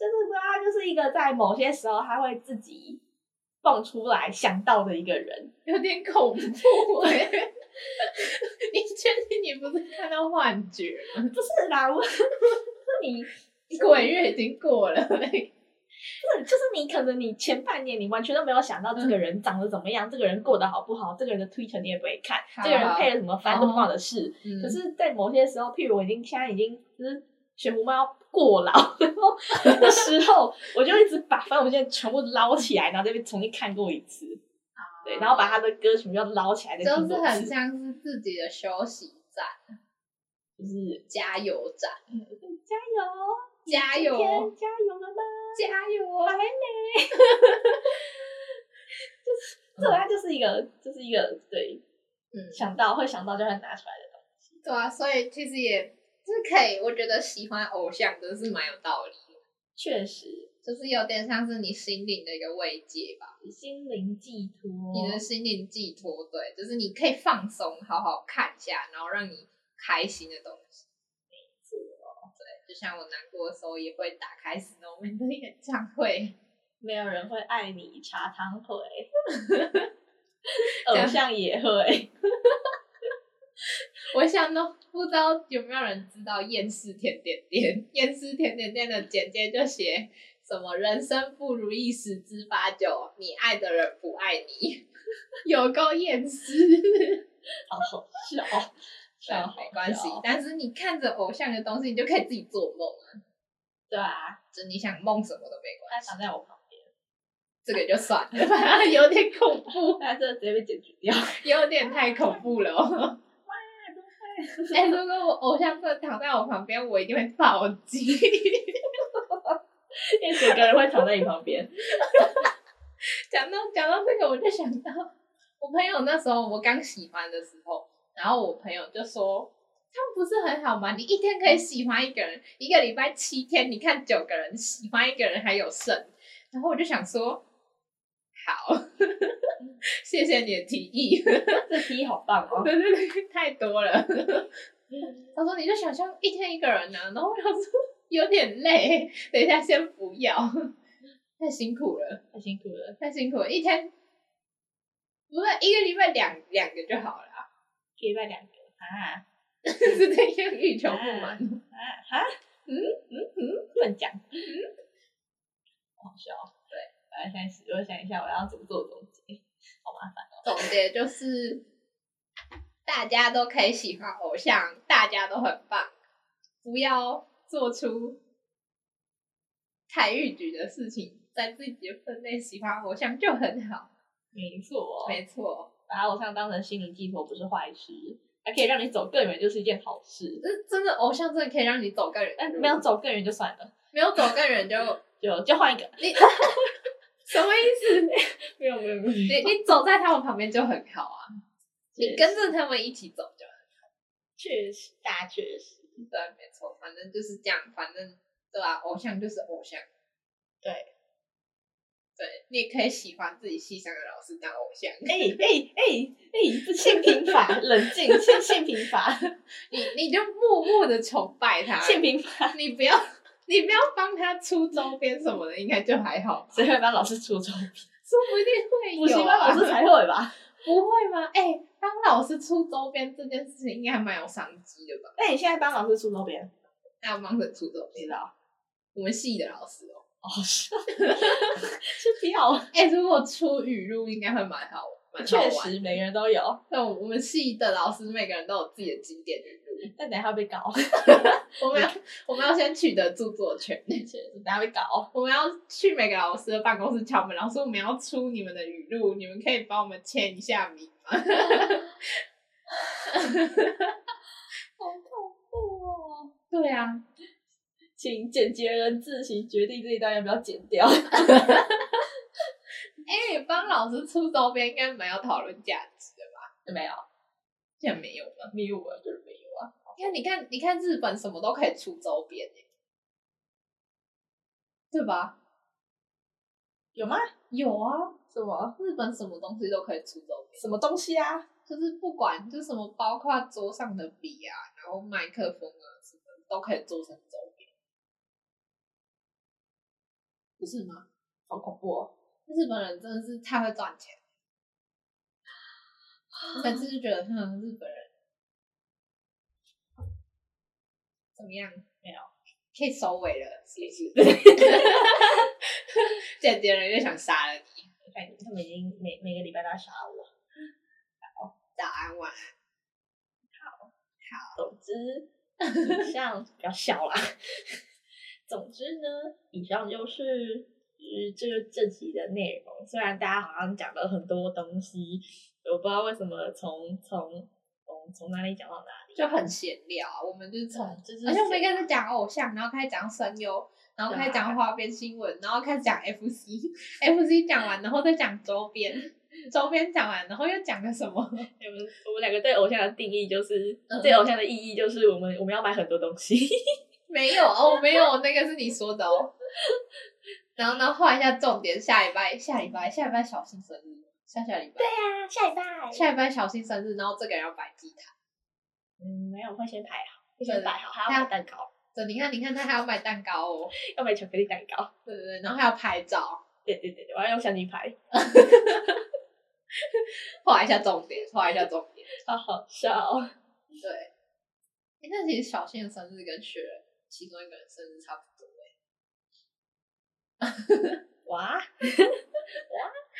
[SPEAKER 3] 就是他就是一个在某些时候他会自己蹦出来想到的一个人。
[SPEAKER 2] 有点恐怖哎、 <laughs> 你确定你不是看到幻觉吗？
[SPEAKER 3] 不是啦，我 <laughs> 是你。
[SPEAKER 2] 鬼月已经过了、欸，
[SPEAKER 3] 不是，就是你可能你前半年你完全都没有想到这个人长得怎么样，这个人过得好不好，这个人的 Twitter 你也不会看，
[SPEAKER 2] 好
[SPEAKER 3] 这个人配了什么番都不关我的事。
[SPEAKER 2] 嗯
[SPEAKER 3] 可是，在某些时候，譬如我已经现在已经就是雪狐猫过劳 <laughs> 然后的时候，我就一直把番我现在全部捞起来，然后再被重新看过一次。对，然后把他的歌全部哦都捞起来，再
[SPEAKER 2] 就
[SPEAKER 3] 听
[SPEAKER 2] 是
[SPEAKER 3] 过一
[SPEAKER 2] 很
[SPEAKER 3] 次
[SPEAKER 2] 像是自己的休息站、
[SPEAKER 3] 就是
[SPEAKER 2] 加油站、
[SPEAKER 3] 加油，
[SPEAKER 2] 加油
[SPEAKER 3] 今天加油了吗？
[SPEAKER 2] 加油
[SPEAKER 3] 还
[SPEAKER 2] 啊！
[SPEAKER 3] 没，就是嗯这它就是一个，就是一个对，
[SPEAKER 2] 嗯
[SPEAKER 3] 想到会想到就会拿出来的东西。
[SPEAKER 2] 对啊，所以其实也就是可以，我觉得喜欢偶像真是蛮有道理的，
[SPEAKER 3] 确实，
[SPEAKER 2] 就是有点像是你心灵的一个慰藉吧，
[SPEAKER 3] 心灵寄托，
[SPEAKER 2] 你的心灵寄托，对，就是你可以放松，好好看一下，然后让你开心的东西。就像我难过的时候也会打开 Snowman 的演唱会，
[SPEAKER 3] 没有人会爱你，茶汤会， <laughs>
[SPEAKER 2] 这样
[SPEAKER 3] 偶像也会。
[SPEAKER 2] 我想都不知道有没有人知道厌世甜点店，厌世甜点店的简介就写什么人生不如意十之八九，你爱的人不爱你，有够厌世。
[SPEAKER 3] 好好笑， <laughs> 笑哦好
[SPEAKER 2] 没关系
[SPEAKER 3] 笑，
[SPEAKER 2] 但是你看着偶像的东西，你就可以自己做梦啊，
[SPEAKER 3] 对啊，
[SPEAKER 2] 就你想梦什么都没关
[SPEAKER 3] 他
[SPEAKER 2] 系，
[SPEAKER 3] 躺在我旁边，
[SPEAKER 2] 这个就算了，反正有点恐怖，
[SPEAKER 3] 他这直接被解决 <laughs> 掉。
[SPEAKER 2] 有点太恐怖了哦、哎、如果我偶像真的躺在我旁边，我一定会暴击。
[SPEAKER 3] 因为整个人会躺在你旁边，
[SPEAKER 2] 讲到讲到这个，我就想到我朋友那时候我刚喜欢的时候，然后我朋友就说。他们不是很好吗？你一天可以喜欢一个人，一个礼拜七天，你看九个人喜欢一个人还有剩。然后我就想说，好， <laughs> 谢谢你的提议。
[SPEAKER 3] <laughs> 这题好棒哦！
[SPEAKER 2] 对对对，太多了。他说你就想象一天一个人呢、然后我想说有点累，等一下先不要，太辛苦了，
[SPEAKER 3] <laughs> 太辛苦了，
[SPEAKER 2] 太辛苦了，一天不是一个礼拜两两个就好了啊， <laughs>
[SPEAKER 3] 可以拜两个啊
[SPEAKER 2] 是这样欲求不满。
[SPEAKER 3] 啊哈，嗯嗯嗯，乱讲，嗯，好笑。对，我来想，我想一下我要怎么做总结，好麻烦。
[SPEAKER 2] 总结就是，大家都可以喜欢偶像，大家都很棒，不要做出太逾矩的事情，在自己的分内喜欢偶像就很好。
[SPEAKER 3] 没错，哦
[SPEAKER 2] 没错，
[SPEAKER 3] 把偶像当成心灵寄托不是坏事，还可以让你走更远，就是一件好事。哎
[SPEAKER 2] 这真的偶像真的可以让你走更远，
[SPEAKER 3] 但没有走更远就算了，
[SPEAKER 2] 没有走更远 <laughs> 就
[SPEAKER 3] 就就换一个。
[SPEAKER 2] 你什么意思？
[SPEAKER 3] 没有没有没有，
[SPEAKER 2] 你你走在他们旁边就很好啊，你跟着他们一起走就好。
[SPEAKER 3] 确实大确实，
[SPEAKER 2] 对，没错，反正就是这样，反正对吧、偶像就是偶像，对，对，你也可以喜欢自己系上的老师当偶像。 <laughs>
[SPEAKER 3] 哎哎哎哎，这性平法，冷静，性性平法，
[SPEAKER 2] 你你就默默的崇拜他，
[SPEAKER 3] 性平法。
[SPEAKER 2] 你不要你不要帮他出周边什么的，应该就还好，
[SPEAKER 3] 谁会帮老师出周
[SPEAKER 2] 说不一定
[SPEAKER 3] 补
[SPEAKER 2] 会
[SPEAKER 3] 习
[SPEAKER 2] 有、
[SPEAKER 3] 班老
[SPEAKER 2] 啊。
[SPEAKER 3] 师才会吧？
[SPEAKER 2] 不会吗？哎、当老师出周边这件事情应该还蛮有商机的吧？
[SPEAKER 3] 那哎你现在帮老师出周边，
[SPEAKER 2] 那帮着出周
[SPEAKER 3] 不知
[SPEAKER 2] 边，
[SPEAKER 3] 道？
[SPEAKER 2] 我们系的老师哦、
[SPEAKER 3] 哦，是 <laughs> 是不要，
[SPEAKER 2] 哎、如果出语录应该会蛮好，蛮好
[SPEAKER 3] 确
[SPEAKER 2] 玩的。
[SPEAKER 3] 实每个人都有。
[SPEAKER 2] 那我们系的老师每个人都有自己的经典语录，
[SPEAKER 3] 但等一下会被 <laughs> 搞，
[SPEAKER 2] 我们要 <laughs> 我们要先取得著作权， <laughs>
[SPEAKER 3] 等一下被搞。
[SPEAKER 2] 我们要去每个老师的办公室敲门，然后说我们要出你们的语录，你们可以帮我们签一下名吗？
[SPEAKER 3] 好恐怖哦！
[SPEAKER 2] 对啊，
[SPEAKER 3] 请剪辑人自行决定这一段要不要剪掉。
[SPEAKER 2] 哎、帮老师出周边应该蛮有讨论价值的吧？
[SPEAKER 3] 没有，
[SPEAKER 2] 现在没有吧？
[SPEAKER 3] 没有啊，就是没有啊。
[SPEAKER 2] 你看，你看，你看，日本什么都可以出周边、欸，对吧？
[SPEAKER 3] 有吗？
[SPEAKER 2] 有啊，
[SPEAKER 3] 什么
[SPEAKER 2] 日本什么东西都可以出周边，
[SPEAKER 3] 什么东西啊？
[SPEAKER 2] 就是不管就是什么，包括桌上的笔啊，然后麦克风啊什么的都可以做成周边，不是吗？
[SPEAKER 3] 好恐怖哦！
[SPEAKER 2] 日本人真的是太会赚钱，我每次就觉得哼，日本人怎么样？没有，可以收尾了，是不是？ <laughs> 姐姐人就想杀了你。
[SPEAKER 3] 反正他们已经每每个礼拜都要杀我。
[SPEAKER 2] 早安，晚安。
[SPEAKER 3] <laughs> 总之，以上比较小啦。总之呢，以上就是就是这个这集的内容。虽然大家好像讲了很多东西，我不知道为什么从从从从哪里讲到哪里，
[SPEAKER 2] 就很闲聊啊，我们就是从，
[SPEAKER 3] 就是
[SPEAKER 2] 而且我们一开始讲偶像，然后开始讲声优，然后开始讲花边新闻，然后开始讲 FC，FC 讲完，然后再讲周边， <laughs> 周边讲完，然后又讲了什么？
[SPEAKER 3] 我们我们两个对偶像的定义就是，
[SPEAKER 2] 嗯
[SPEAKER 3] 对偶像的意义就是我们我们要买很多东西。 <laughs>
[SPEAKER 2] 没有哦，没有，那个是你说的哦。 <laughs> 然后呢，画一下重点，下礼拜，下礼拜，下礼拜小新生日，下下礼拜，
[SPEAKER 3] 啊，下礼拜
[SPEAKER 2] 下礼拜小新生日，然后这个人要摆吉他。
[SPEAKER 3] 嗯，没有，会先排好，会
[SPEAKER 2] 对
[SPEAKER 3] 先摆好，还要买蛋糕，
[SPEAKER 2] 对，你看，你看，他还要买蛋糕哦，
[SPEAKER 3] 要买巧克力蛋糕。
[SPEAKER 2] 对对对，然后还要拍照，
[SPEAKER 3] 对对对对，我要用相机拍，
[SPEAKER 2] 画一下重点，画一下重点。
[SPEAKER 3] 好好笑哦。
[SPEAKER 2] 对，欸那其实小新的生日跟雪人其中一个人生日差不多欸
[SPEAKER 3] <laughs> 哇，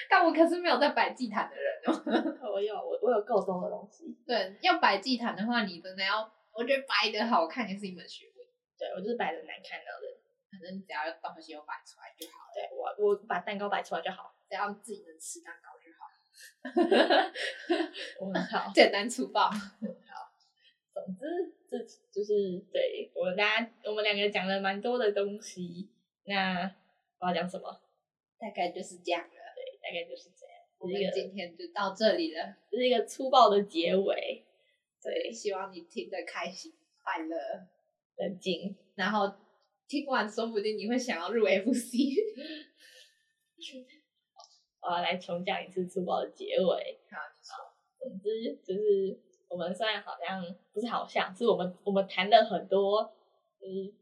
[SPEAKER 2] 但我可是没有在摆祭坛的人哦。 <laughs>
[SPEAKER 3] 我有我我有够多的东西。
[SPEAKER 2] 对，要摆祭坛的话，你真的要，我觉得摆的好看也是一门学问。
[SPEAKER 3] 对，我就是摆的难看到的。
[SPEAKER 2] 反正你只要东西有摆出来就好，
[SPEAKER 3] 对我，我把蛋糕摆出来就好，
[SPEAKER 2] 只要自己能吃蛋糕就
[SPEAKER 3] 我很好
[SPEAKER 2] 好，。简单粗暴。
[SPEAKER 3] <laughs> 总之，这就是对我们大家，我们两个讲了蛮多的东西。那我要讲什么？
[SPEAKER 2] 大概就是这样了，
[SPEAKER 3] 对，大概就是这样。
[SPEAKER 2] 我
[SPEAKER 3] 这
[SPEAKER 2] 们
[SPEAKER 3] 是一个
[SPEAKER 2] 今天就到这里了。
[SPEAKER 3] 这是一个粗暴的结尾。对，
[SPEAKER 2] 希望你听得开心快乐，
[SPEAKER 3] 冷静。
[SPEAKER 2] 然后听完说不定你会想要入 <laughs> FC。
[SPEAKER 3] 我呃要来重讲一次粗暴的结尾。啊
[SPEAKER 2] 好，你说
[SPEAKER 3] 总之就是我们虽然好像不是好像，是我们我们谈了很多，嗯，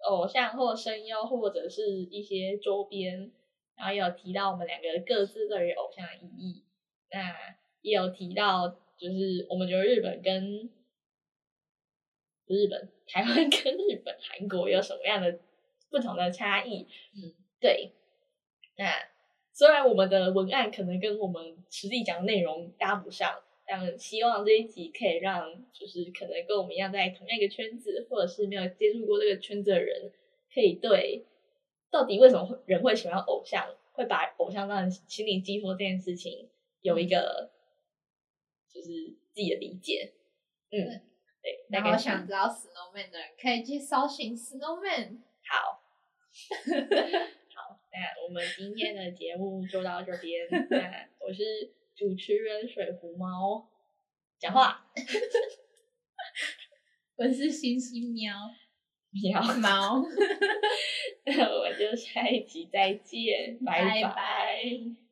[SPEAKER 3] 偶像或声优或者是一些周边，然后也有提到我们两个各自对于偶像的意义，那也有提到就是我们觉得日本跟日本、台湾跟日本、韩国有什么样的不同的差异？
[SPEAKER 2] 嗯，
[SPEAKER 3] 对，那。虽然我们的文案可能跟我们实际讲的内容搭不上，但希望这一集可以让就是可能跟我们一样在同样一个圈子，或者是没有接触过这个圈子的人，可以对到底为什么会人会喜欢偶像，会把偶像当成心灵寄托这件事情，有一
[SPEAKER 2] 嗯
[SPEAKER 3] 个就是自己的理解。嗯，对，大
[SPEAKER 2] 然
[SPEAKER 3] 概
[SPEAKER 2] 后
[SPEAKER 3] 是
[SPEAKER 2] 想知道 Snowman 的人可以去搜寻 Snowman。
[SPEAKER 3] 好。好，那哎我们今天的节目就到这边。那我是主持人水壶猫，讲话
[SPEAKER 2] 我是星星喵
[SPEAKER 3] 喵， <laughs>
[SPEAKER 2] 猫。
[SPEAKER 3] 那我们就下一集再见，拜
[SPEAKER 2] <laughs> 拜
[SPEAKER 3] 拜